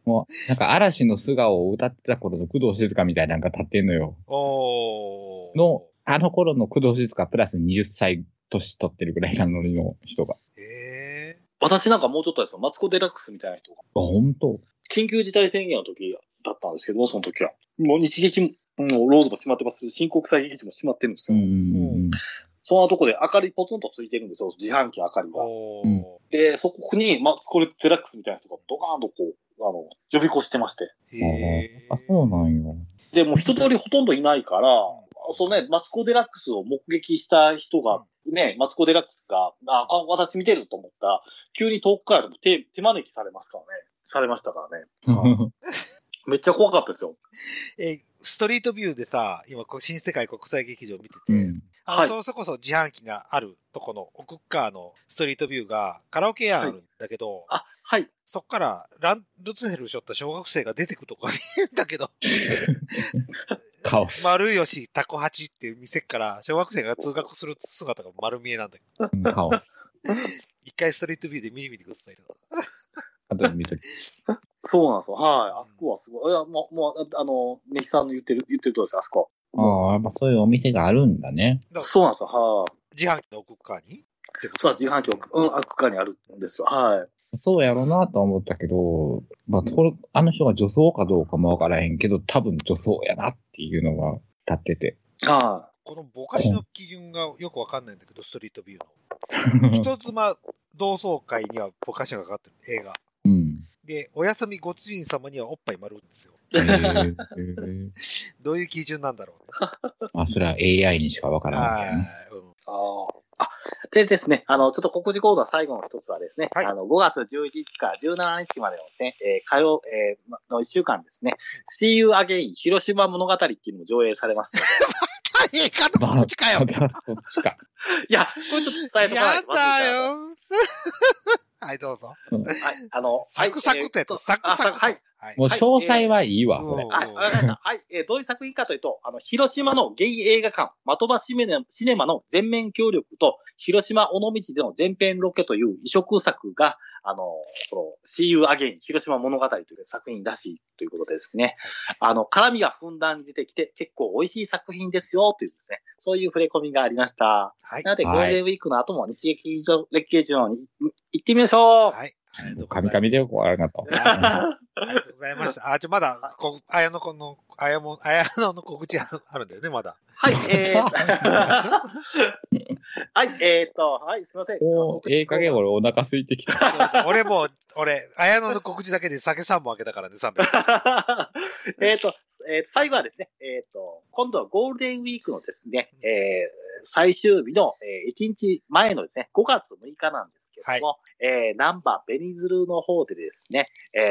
S2: もう、なんか嵐の素顔を歌ってた頃の工藤静香みたいなのが立ってんのよ。
S1: おー。
S2: の、あの頃の工藤静香プラス20歳年取ってるぐらいなのにの人が。あ、
S1: ええ
S3: 私なんかもうちょっとですよ。マツコ・デラックスみたいな人が。
S2: ほんと
S3: 緊急事態宣言の時だったんですけど、その時は。もう日劇も、うんローズも閉まってますし、新国際劇場も閉まってるんです
S2: う
S3: よ。
S2: ん。
S3: そんなとこで明かりポツンとついてるんですよ。自販機明かりが。
S1: お
S2: うん
S1: ー。
S3: で、そこにマツコ・デラックスみたいな人がドカーンとこう、あの、呼び越してまして。
S1: へー
S2: あ、そうなんよ。
S3: で、もう人通りほとんどいないから、そのね、マツコ・デラックスを目撃した人が、ね、マツコ・デラックスが、あ、あ私見てると思ったら、急に遠くからでも手、手招きされますからね。されましたからね。 めっちゃ怖かったですよ。
S1: えーストリートビューでさ、今、こう新世界国際劇場見てて、
S2: うん。
S1: あの
S3: は
S1: そ
S3: い
S1: そこそ自販機があるとこの奥っ側のストリートビューがカラオケ屋あるんだけど、
S3: あ、はい。
S1: そこからランルツヘルしょった小学生が出てくとか見えんだけど、
S2: カオス。
S1: 丸吉タコ八っていう店から小学生が通学する姿が丸見えなんだけど、
S2: うんカオス。
S1: 一回ストリートビューで見てみてくださいよ。
S2: あとで見とき
S3: そうなんですよ。はい。あそこはすごい。いや、もう、もう、ああの、ネヒさんの言ってる、言ってるとです、あそこ。
S2: ああ、やっぱそういうお店があるんだね。
S1: だ
S3: そうなんですよ。はい。
S1: 自販機の奥っ側にってこと
S3: そう、自販機を、うん、悪化にあるんですよ。はい。
S2: そうやろなとは思ったけど、まあ、それあの人が女装かどうかもわからへんけど、多分女装やなっていうのが立ってて。
S3: は
S1: このぼかしの基準がよくわかんないんだけど、ストリートビューの。
S2: う
S1: 人妻同窓会にはぼかしがかかってる映画。
S2: ん。
S1: で、お休みご主人様にはおっぱい丸うんですよ。
S2: へーへー
S1: どういう基準なんだろうね。
S2: まあ、それは AI にしかわからないんだよね。
S1: はいうん
S3: い。ああ。あ、でですね、あの、ちょっと告示コードは最後の一つはですね、
S1: はい
S3: あの、5月11日から17日までのですね、えー火曜、えーまの1週間ですね、See You Again 広島物語っていうのも上映されますので、
S1: 映画の告知かよ
S2: ま。だこっちか。
S3: いや、これちょっと伝えとかない
S1: や
S3: とまずいから
S1: だ よ。はい、どうぞ。
S3: はい、あの、
S1: サクサクとや
S3: えー
S1: つ、サクサクと。
S3: あはい。
S1: はい。
S2: もう詳細はいいわ、
S1: はい
S2: それ。
S3: はい、わかりました。はい、えーどういう作品かというと、あの、広島のゲイ映画館、的場シネシネマの全面協力と、広島尾道での全編ロケという移植作が、あの、この、See You Again 広島物語という作品らしいということでですね。あの、絡みがふんだんに出てきて、結構美味しい作品ですよ、というですね、そういう触れ込みがありました。
S1: はい。
S3: なので、ゴ
S2: はい
S3: ールデンウィークの後も日劇場、劇場に行ってみましょう、
S1: はい。ありがとうござ
S2: カ
S1: い
S2: ミ
S1: ます
S2: カミでよくわからなかった。
S1: ありがとうございました。あ、ちょ、まだ、こ、あやのこの、あやも、あやのの告知あるあるんだよね、まだ。
S3: はい、え ー、はい、えー、っと、はい、すいません。
S2: おーええ加減
S3: を。
S2: 俺お腹空いてきた。
S1: 俺もう、俺、あやのの告知だけで酒3本開けたからね、3本。
S3: えーっと、えー最後はですね、えーっと、今度はゴールデンウィークのですね、えー最終日の、え1日前のですね、5月6日なんですけども、えー、ナンバーベニズルの方でですね、えー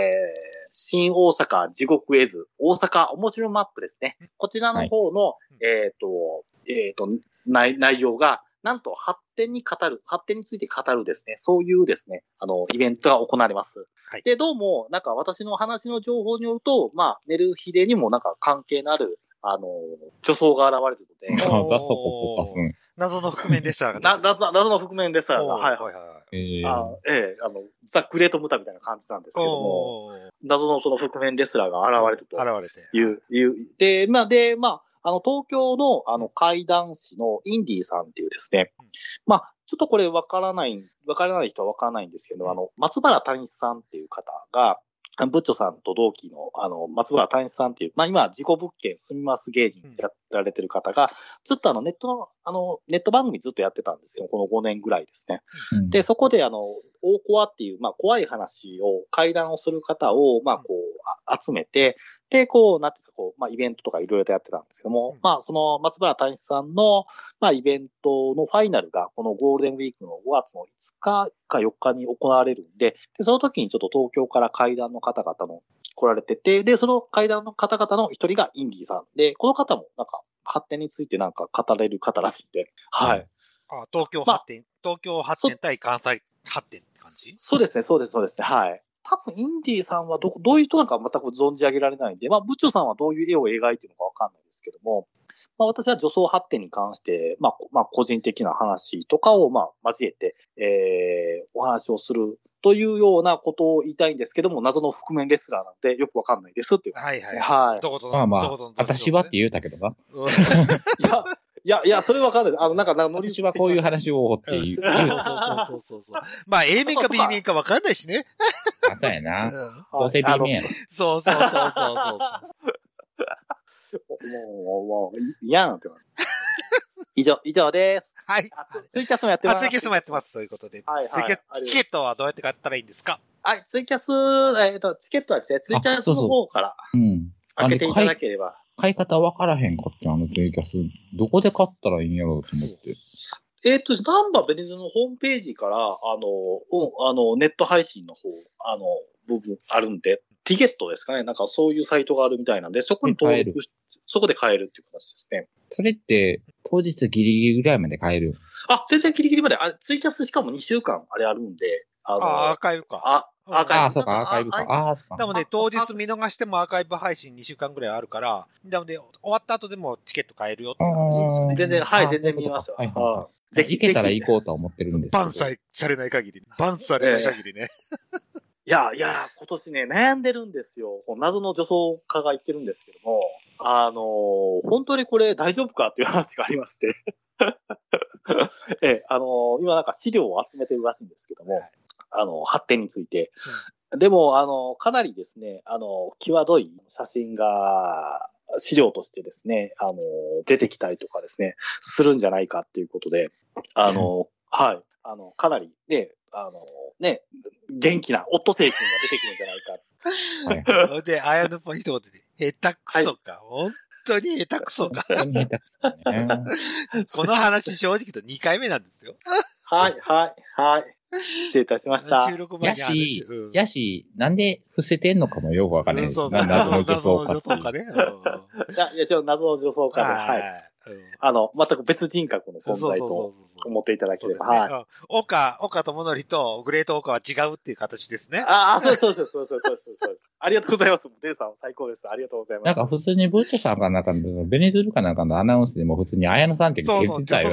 S3: 新大阪地獄絵図、大阪面白マップですね。こちらの方の、えーっと、えーっと、内内容が、なんと発展に語る、発展について語るですね、そういうですね、あの、イベントが行われます。
S1: はい
S3: で、どうも、なんか私の話の情報によると、まあ、ネルヒデにもなんか関係のある、あの、女装が現れるの
S2: ま
S3: で、
S2: たそこポッパスン。
S1: 謎の覆面レストラン
S3: な、
S1: が出て
S3: な、な謎の覆面レス
S1: く
S3: トラ
S1: る。
S3: ンが、
S1: おー
S3: はい、はい。
S1: はいはい。
S2: えー
S3: あええ、あの、ザ・グレート・ムタみたいな感じなんですけども、
S1: おー
S3: 謎のその覆面レスラーが現れると。
S1: 現れて。
S3: いう、いう。で、まあ、で、まあ、あの、東京の、あの、怪談師のインディーさんっていうですね
S1: うん、
S3: まあ、ちょっとこれわからない、わからない人はわからないんですけど、あの、松原谷さんっていう方が、ブッチョさんと同期の、あの、松原谷さんっていう、まあ今、事故物件住みます芸人やられてる方が、ずっとあの、ネットの、あの、ネット番組ずっとやってたんですよ。この5年ぐらいですね。
S2: うん
S3: で、そこで、あの、大コアっていう、まあ、怖い話を、会談をする方を、まあ、こう、あ集めて、で、こう、なんていうんですか、こう、まあ、イベントとかいろいろとやってたんですけども、
S1: うん
S3: まあ、その、松原谷さんの、まあ、イベントのファイナルが、このゴールデンウィークの5月の5日か4日に行われるんで、で、その時にちょっと東京から会談の方々の来られてて、で、その会談の方々の一人がインディーさんで、この方も、なんか、発展についてなんか語れる方らしいんで、はい。
S1: あ、東京
S3: まあ
S1: 発展、東京発展対関西発展って感じ
S3: そうですね、そうです、そうですね。はい。多分、インディーさんはど、どういう人なんか全く存じ上げられないんで、まあ、部長さんはどういう絵を描いてるのかわかんないですけども、まあ、私は女装発展に関して、まあ、こまあ、個人的な話とかを、まあ、交えて、えー、お話をするというようなことを言いたいんですけども、謎の覆面レスラーなんでよくわかんないですっていう。
S1: はいはい。
S3: はい。
S1: どこと
S2: まあま
S1: ど
S2: あ
S1: ことど、こと
S2: 私はって言うたけどな。
S1: うん
S3: いや、いや、いや、それわかんないです。あの、なんか、なんか、ノリ
S2: 私はこういう話をっていう。
S1: そうそうそうそうそう。まあ、A 面か B 面か分かんないしね。
S2: あそうや
S1: うん
S2: な。どうせ
S3: あの
S2: B 面やろ。
S1: そうそうそうそうそうそう。
S3: もう、もう、いやなんてなる。以上、以上です。
S1: はい。
S3: あツツイキャスもやって
S1: あ、
S3: ます。
S1: ツイキャスもやってます。ということで、
S3: はいはい
S1: ツイキャス
S3: ありがとう
S1: チケットはどうやって買ったらいいんですか
S3: はい、ツイキャス、えっ、と、チケットはですね、ツイキャスの方から
S2: うん。
S3: 開けていただければ。
S2: 買い方わからへんかって、あのツイキャス。どこで買ったらいいんやろうと思って。
S3: えっ、と、ナンバーベニズのホームページから、あの、うん、あの、ネット配信の方、あの、部分あるんで、ティゲットですかね。なんかそういうサイトがあるみたいなんで、そこに登
S2: で買え
S3: 録し、そこで買えるっていう形ですね。
S2: それって、当日ギリギリぐらいまで買える。
S3: あ、全然ギリギリまで、あツイキャスしかも2週間あれあるんで、あの、
S1: あアーカイブか。
S3: あ、アーカイブ
S2: ああ、そうか、アーカイブか。ああ、そう
S1: な
S2: か。
S1: ので、当日見逃してもアーカイブ配信2週間ぐらいあるから、なので、終わった後でもチケット買えるよっていう話ですよね。
S3: 全然、は
S2: あ
S3: い、
S2: ー
S3: 全然見ますよ。
S2: そういうことかはいはい
S3: は
S2: ぜ
S3: ぜ
S2: ひ
S3: ひ
S2: 行けたら
S3: ぜひ
S2: 行こうとは思ってるんですけど。
S1: バンさえされない限り、バンされない限りね。
S3: いいや、いや、今年ね、悩んでるんですよ。この謎の女装家が言ってるんですけども、あのー本当にこれ大丈夫かっていう話がありまして。 ええ、あのー今なんか資料を集めてるらしいんですけども、
S1: はい
S3: あの、発展について。でも、あの、かなりですね、あの、際どい写真が、資料としてですね、あの、出てきたりとかですね、するんじゃないかっていうことで、あの、はい、あの、かなり、ね、あの、ね、元気なオットセイ君が出てくるんじゃないか。
S2: はい
S1: それで、綾野ぽん一言で、下手くそか、本当に下手くそか。
S2: 本当に下手くそだね
S1: この話正直言うと2回目なんですよ。
S3: はい、はい、はい。失礼いたしました
S1: 収。録前に話してうん
S2: やし、なんで伏せてんのかもよくわかんない。
S1: うん そうそう
S2: な謎の女装
S1: 謎
S2: か
S1: の
S2: ってい
S1: 女
S2: う
S1: 装。ね。うん
S3: いや、いや、ちょっと謎の女装家で、はい。
S1: い。うん
S3: あの、全く別人格の
S1: そ
S3: 存
S1: うそう
S3: 在
S1: そう
S3: と
S1: そう。
S3: 思っていただけ
S1: そう
S3: れ
S1: です
S3: ば、
S1: ね
S3: はい。
S1: うん岡、岡智則とグレート岡は違うっていう形ですね。
S3: ああ、そうそうそうそうそうそうそうそうです。ありがとうございます。デイさん、最高です。ありがとうござい
S2: な
S3: ま
S2: ん
S3: す。
S2: か普通にブッチョさんかなんかの、ベネズエルかなんかのアナウンスでも普通に綾野さんって言
S1: そうそう、
S2: っ
S1: そう
S2: てたよ。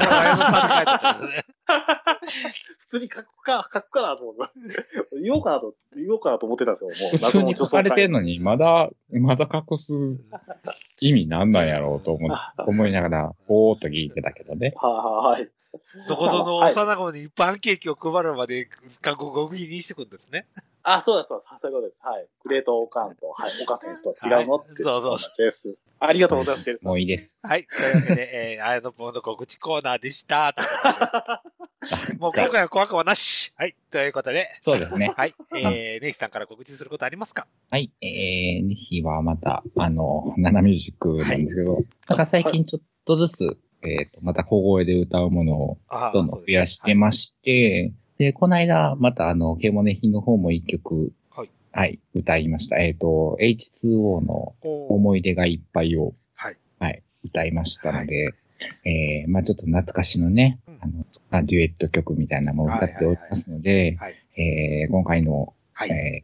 S3: 普通に書くか、書くかなと思います。言おうかなと、言おうかなと思ってたんですよ。
S2: 普
S3: もう、
S2: 通
S3: 謎の
S2: に
S3: 女
S2: 書
S3: 装
S2: かれて
S3: 会
S2: ん。のに、まだ、まだ隠す意味なんなんやろうと思っ思いながら、おーっと聞いてたけどね。
S3: はいはいはい。
S1: どこぞの幼子にパンケーキを配るまで、韓国語気にしてくるんですね。
S3: あ、そうです、そうです。そういうことです。はい。グレートオーカンと、はい、岡選手と違うのって、
S1: はいそうそう
S3: 話です。ありがとうございます、デイさん。
S2: もういいです。
S1: はい。というわけで、えー、あや のぽんの告知コーナーで した。ということでもう今回は怖くはなし。はい。ということで、
S2: そうですね。
S1: はい。えー、ネイキさんから告知することありますか
S2: はい。えー、日はまた、あの、ナナミュージックなんですけど、なんか最近ちょっとずつ、えっ、と、また小声で歌うものを
S1: あー
S2: どんどん増やしてまして、で、この間、またあの、ケモネヒの方も一曲、
S1: はい。
S2: はい、歌いました。えっ、と、H2O の
S1: おー
S2: 思い出がいっぱいを、
S1: はい。
S2: はい、歌いましたので、えー、まあちょっと懐かしのね、
S1: うん
S2: あの、まあ、デュエット曲みたいなのも歌っておりますので、
S1: はい。
S2: えー、今回の、
S1: はい。
S2: え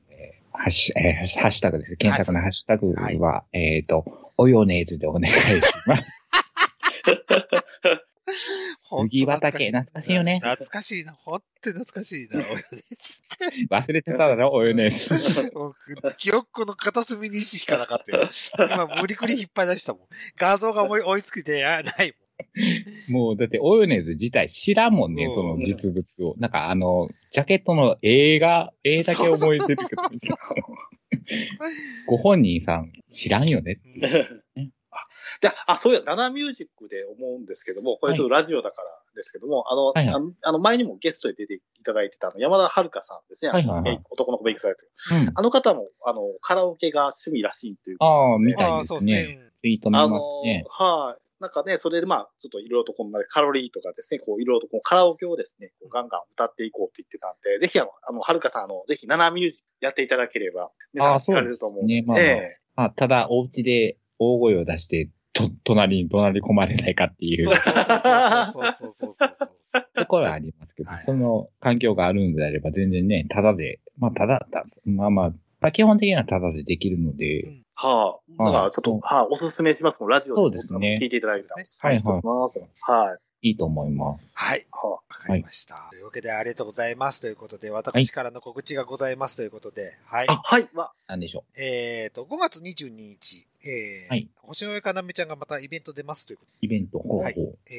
S2: ー、ハッシュ、えーハッシュタグです。検索の
S1: はい
S2: ハッシュタグは、えっ、と、およねーずでお願いし ます。麦畑、懐かしいよね。
S1: 懐かしいな。ほんとに懐かしいな。俺です
S2: 忘れてただろ、およね ーず。
S1: もう記憶の片隅にしかなかったよ。今、無理くり引っ張り出したもん。画像が思い追いつきて、あ、ない
S2: もう、だって、およねーず自体知らんもんね
S1: う、ん
S2: その実物を。なんか、あの、ジャケットの映画、絵だけ覚えてるけど、 ご本人さん知らんよね。
S1: もん。うん
S3: あであ、そういや、ナナミュージックで思うんですけども、これちょっとラジオだからですけども、
S2: はいはい
S3: あの、あのあの前にもゲストで出ていただいてたあの山田遥さんですね、
S2: はいはいはい
S3: メイク男の子メイクされてる。
S2: うん
S3: あの方も、あの、カラオケが趣味らしいということ
S2: ああ、みた
S1: あ
S2: い
S1: あ、
S2: で
S1: そう
S2: す
S1: で
S2: ね
S1: す。ね。
S2: ツイート見
S3: あ
S2: ま
S3: の
S2: すね。
S3: はい、なんかね、それでまあ、ちょっといろいろとこんなカロリーとかですね、こういろいろとこうカラオケをですね、こうガンガン歌っていこうと言ってたんで、ぜひあの、あの、はるかさん、あの、ぜひナナミュージックやっていただければ、皆さん
S2: あそう
S3: 聞かれると思うん
S2: ね
S3: で。
S2: まあまあ
S3: え
S2: まあ、ただ、お家で大声を出して、と、隣に怒鳴り込まれないかっていう
S3: そう
S1: そうそうそうそうそうそうそう。
S2: ところはありますけど
S1: はいは、い
S2: その環境があるのであれば全然ね、ただで、まあ、ただ、たまあまあ、まあ基本的にはただでできるの
S1: う
S2: で
S1: ん、
S3: はい、だからちょっ
S2: う
S3: と
S2: ん、
S3: はい、おすすめします。もうラジオ
S2: そうですね
S3: 聞いていただいたら、おすす
S2: はいはい
S3: めしておきます。はい、はい。
S2: いいと思います。
S1: はい。わかりました、というわけで、ありがとうございますということで、私からの告知がございますということで、はい。
S3: あ、はい、わ
S2: なんでしょ
S1: えっ、と、5月22日、えー
S2: はい
S1: 星の上かなめちゃんがまたイベント出ますというこ
S2: う。イベント、ほう
S1: はい
S2: ほ
S1: とで、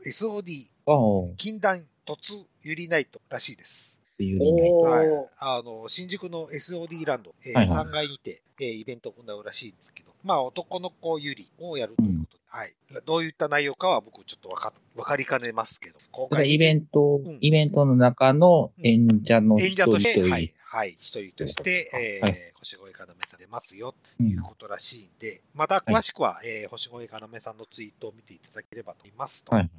S1: えー SOD、
S2: う。ああ、
S1: 禁断突ユリナイトらしいです。
S2: ビューリーナイト。
S3: お
S1: はい
S3: ー。。
S1: あの、新宿の SOD ランド、えー
S2: はいはい
S1: 3階にて、えーイベントを行うらしいんですけど、まあ、男の子ユリをやるということで、はい。どういった内容かは僕ちょっとわか、わかりかねますけど、今
S2: それ
S1: 回、
S2: イベント
S1: うん、
S2: イベントの中の演者の一
S1: 演者
S2: 人
S1: と
S2: 一
S1: して、
S2: 人。
S1: はい、はい、一人として、えー
S2: は
S1: 星越かなめさん出ますよ
S2: うん
S1: ということらしいんで、また詳しくは、えー星越かなめさんのツイートを見ていただければと思いますと。
S2: はい。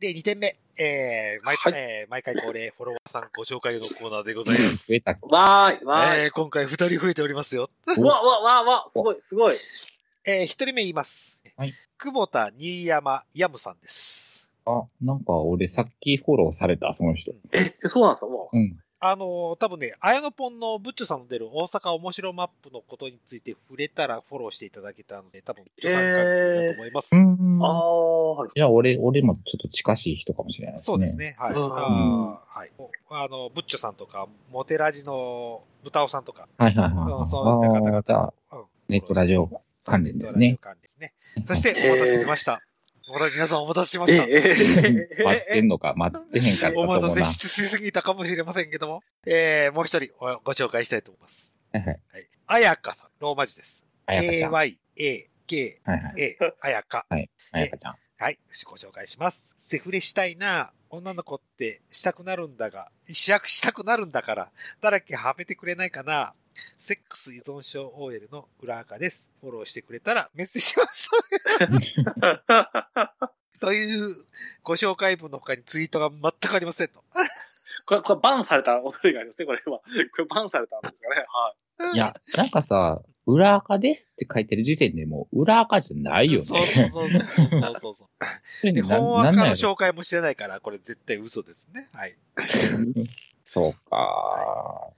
S1: で、2点目。えー毎
S3: はい
S1: えー毎回恒例、フォロワーさんご紹介のコーナーでございます。
S2: 増えたっけ
S3: わーい、わーい。
S1: えー今回2人増えておりますよ。
S2: ー
S3: うわ、わ、わ、わ、すごい、すごい。
S1: えー、1人目言います。
S2: はい
S1: 久保田新山ヤムさんです。
S2: あ、なんか俺さっきフォローされた、その人。
S3: え、そうなんですかうわ
S2: うん。
S1: あのー多分ね、あやのぽんのブッチョさんの出る大阪面白マップのことについて触れたらフォローしていただけたので、多分、助産関係だと思います。
S2: うん
S3: ああ、はい。
S2: いや、俺、俺もちょっと近しい人かもしれないですね。
S1: そうです。ね。はい。
S3: うん
S1: あーはい。あの、ブッチョさんとか、モテラジの豚尾さんとか、
S2: はいはいはい
S1: うん
S2: はい。
S1: そういった
S2: あー
S1: 方
S2: じゃあ
S1: 々を。うん
S2: ネットラジオ関連で
S1: ネットラ
S2: すね
S1: ジオ関連ですね。そして、お待たせしました。お待たせ皆さんお待たせしま
S3: え、
S1: した。
S3: え、え、
S2: 待って
S3: え、
S2: んの か、待ってへんかったと
S1: お
S2: 思う
S1: 待
S2: な。
S1: た
S2: は
S1: せししすぎたかもしれませんけども、えー、もう一人おご紹介したいと思います。
S2: いはい。
S1: はい。あやかさん、ローマ字です。
S2: あやかちゃん。はい
S1: AYAKA、A
S2: はい。
S1: あやか。
S2: あやかちゃん。
S1: はい、ご紹介します。セフレしたいな、女の子ってしたくなるんだが、主役したくなるんだから、だらけはめてくれないかな。セックス依存症 OL の裏垢です。フォローしてくれたらメッセージします。 というご紹介文の他にツイートが全くありませんと。
S3: これ、これバンされた恐れがありますね、これは。これバンされたんですかね。はい。
S2: いや、なんかさ、裏垢ですって書いてる時点でもう裏垢じゃないよね。
S1: そうそうそうそうそうそうそう。
S2: それ
S1: で、
S2: にな
S1: 本
S2: なん
S1: 垢
S2: なん
S1: の
S2: やろ
S1: 紹介もしてないから、これ絶対嘘ですね。はい。
S2: そうか。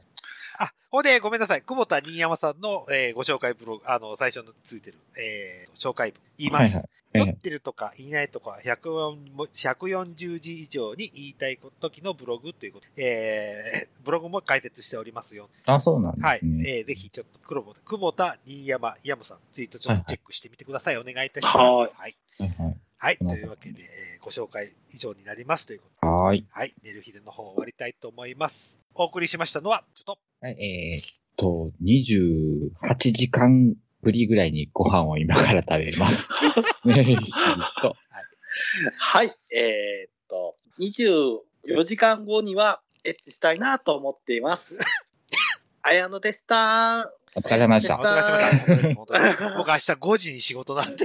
S1: あ、ほんで、ごめんなさい。久保田新山さんの、えーご紹介ブログ、あの、最初のついてる、えー紹介文、言います。
S2: はいはいえ
S1: 酔
S2: え
S1: ってるとか言いないとか、104も140字以上に言いたい時のブログということ、えー、ブログも解説しておりますよ。
S2: あ、そうなんです
S1: はい。
S2: ね。
S1: えー、ぜひ、ちょっと、黒本、久保田、新山、山さん、ツイートちょっとチェックしてみてください。お願いいたします。
S3: は
S1: はいい。
S2: はいはい
S1: はい。というわけで、えーご紹介以上になりますということで
S2: はーい。
S1: はい。寝る日での方終わりたいと思います。お送りしましたのは、ちょっと、
S2: はい、えーっと、28時間ぶりぐらいにご飯を今から食べ ます。 ねと。
S3: はい、えーっと、24時間後にはエッチしたいなと思っています。綾野でした。
S2: お疲れ様でし
S1: お
S2: た。
S1: 疲れ様でした本当です。本当です僕明日5時に仕事なんで。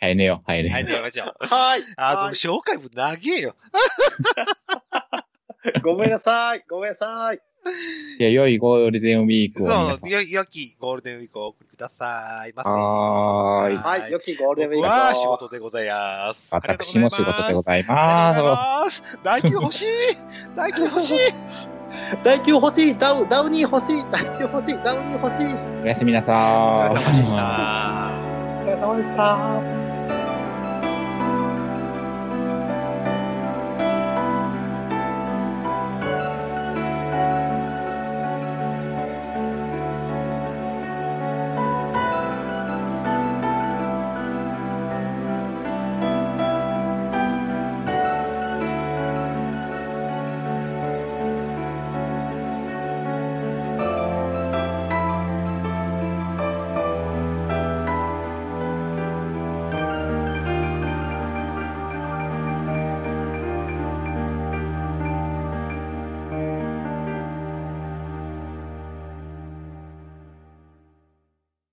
S2: はい、寝よう。はい、寝よ
S1: は
S2: う
S1: い、。寝ましょう。
S3: はい。
S1: あの、
S3: はい
S1: 紹介文長えよ。
S3: ごめんなさい。ごめんなさい。
S2: いや、良いゴールデンウィークを皆さ
S1: そ
S2: ん。
S1: う、よ、良きゴールデンウィークをお送りくださいませ。
S2: はーい
S1: はい
S3: はい。良きゴールデンウィー
S1: 僕
S3: クを
S1: は仕事でございます。
S2: 私も仕事でご
S1: い
S2: ざい
S1: ま。
S2: ます
S1: ありがとうござい
S2: す。
S1: ます。大金欲しい大金欲しい
S3: 第9欲しい。ダウ、ダウニー欲しい。第9欲しい。ダウニー欲しい。
S2: おやすみなさ
S1: お疲
S2: ー
S1: れ
S2: い。
S1: 様でした。
S3: お疲れ様でした。
S2: お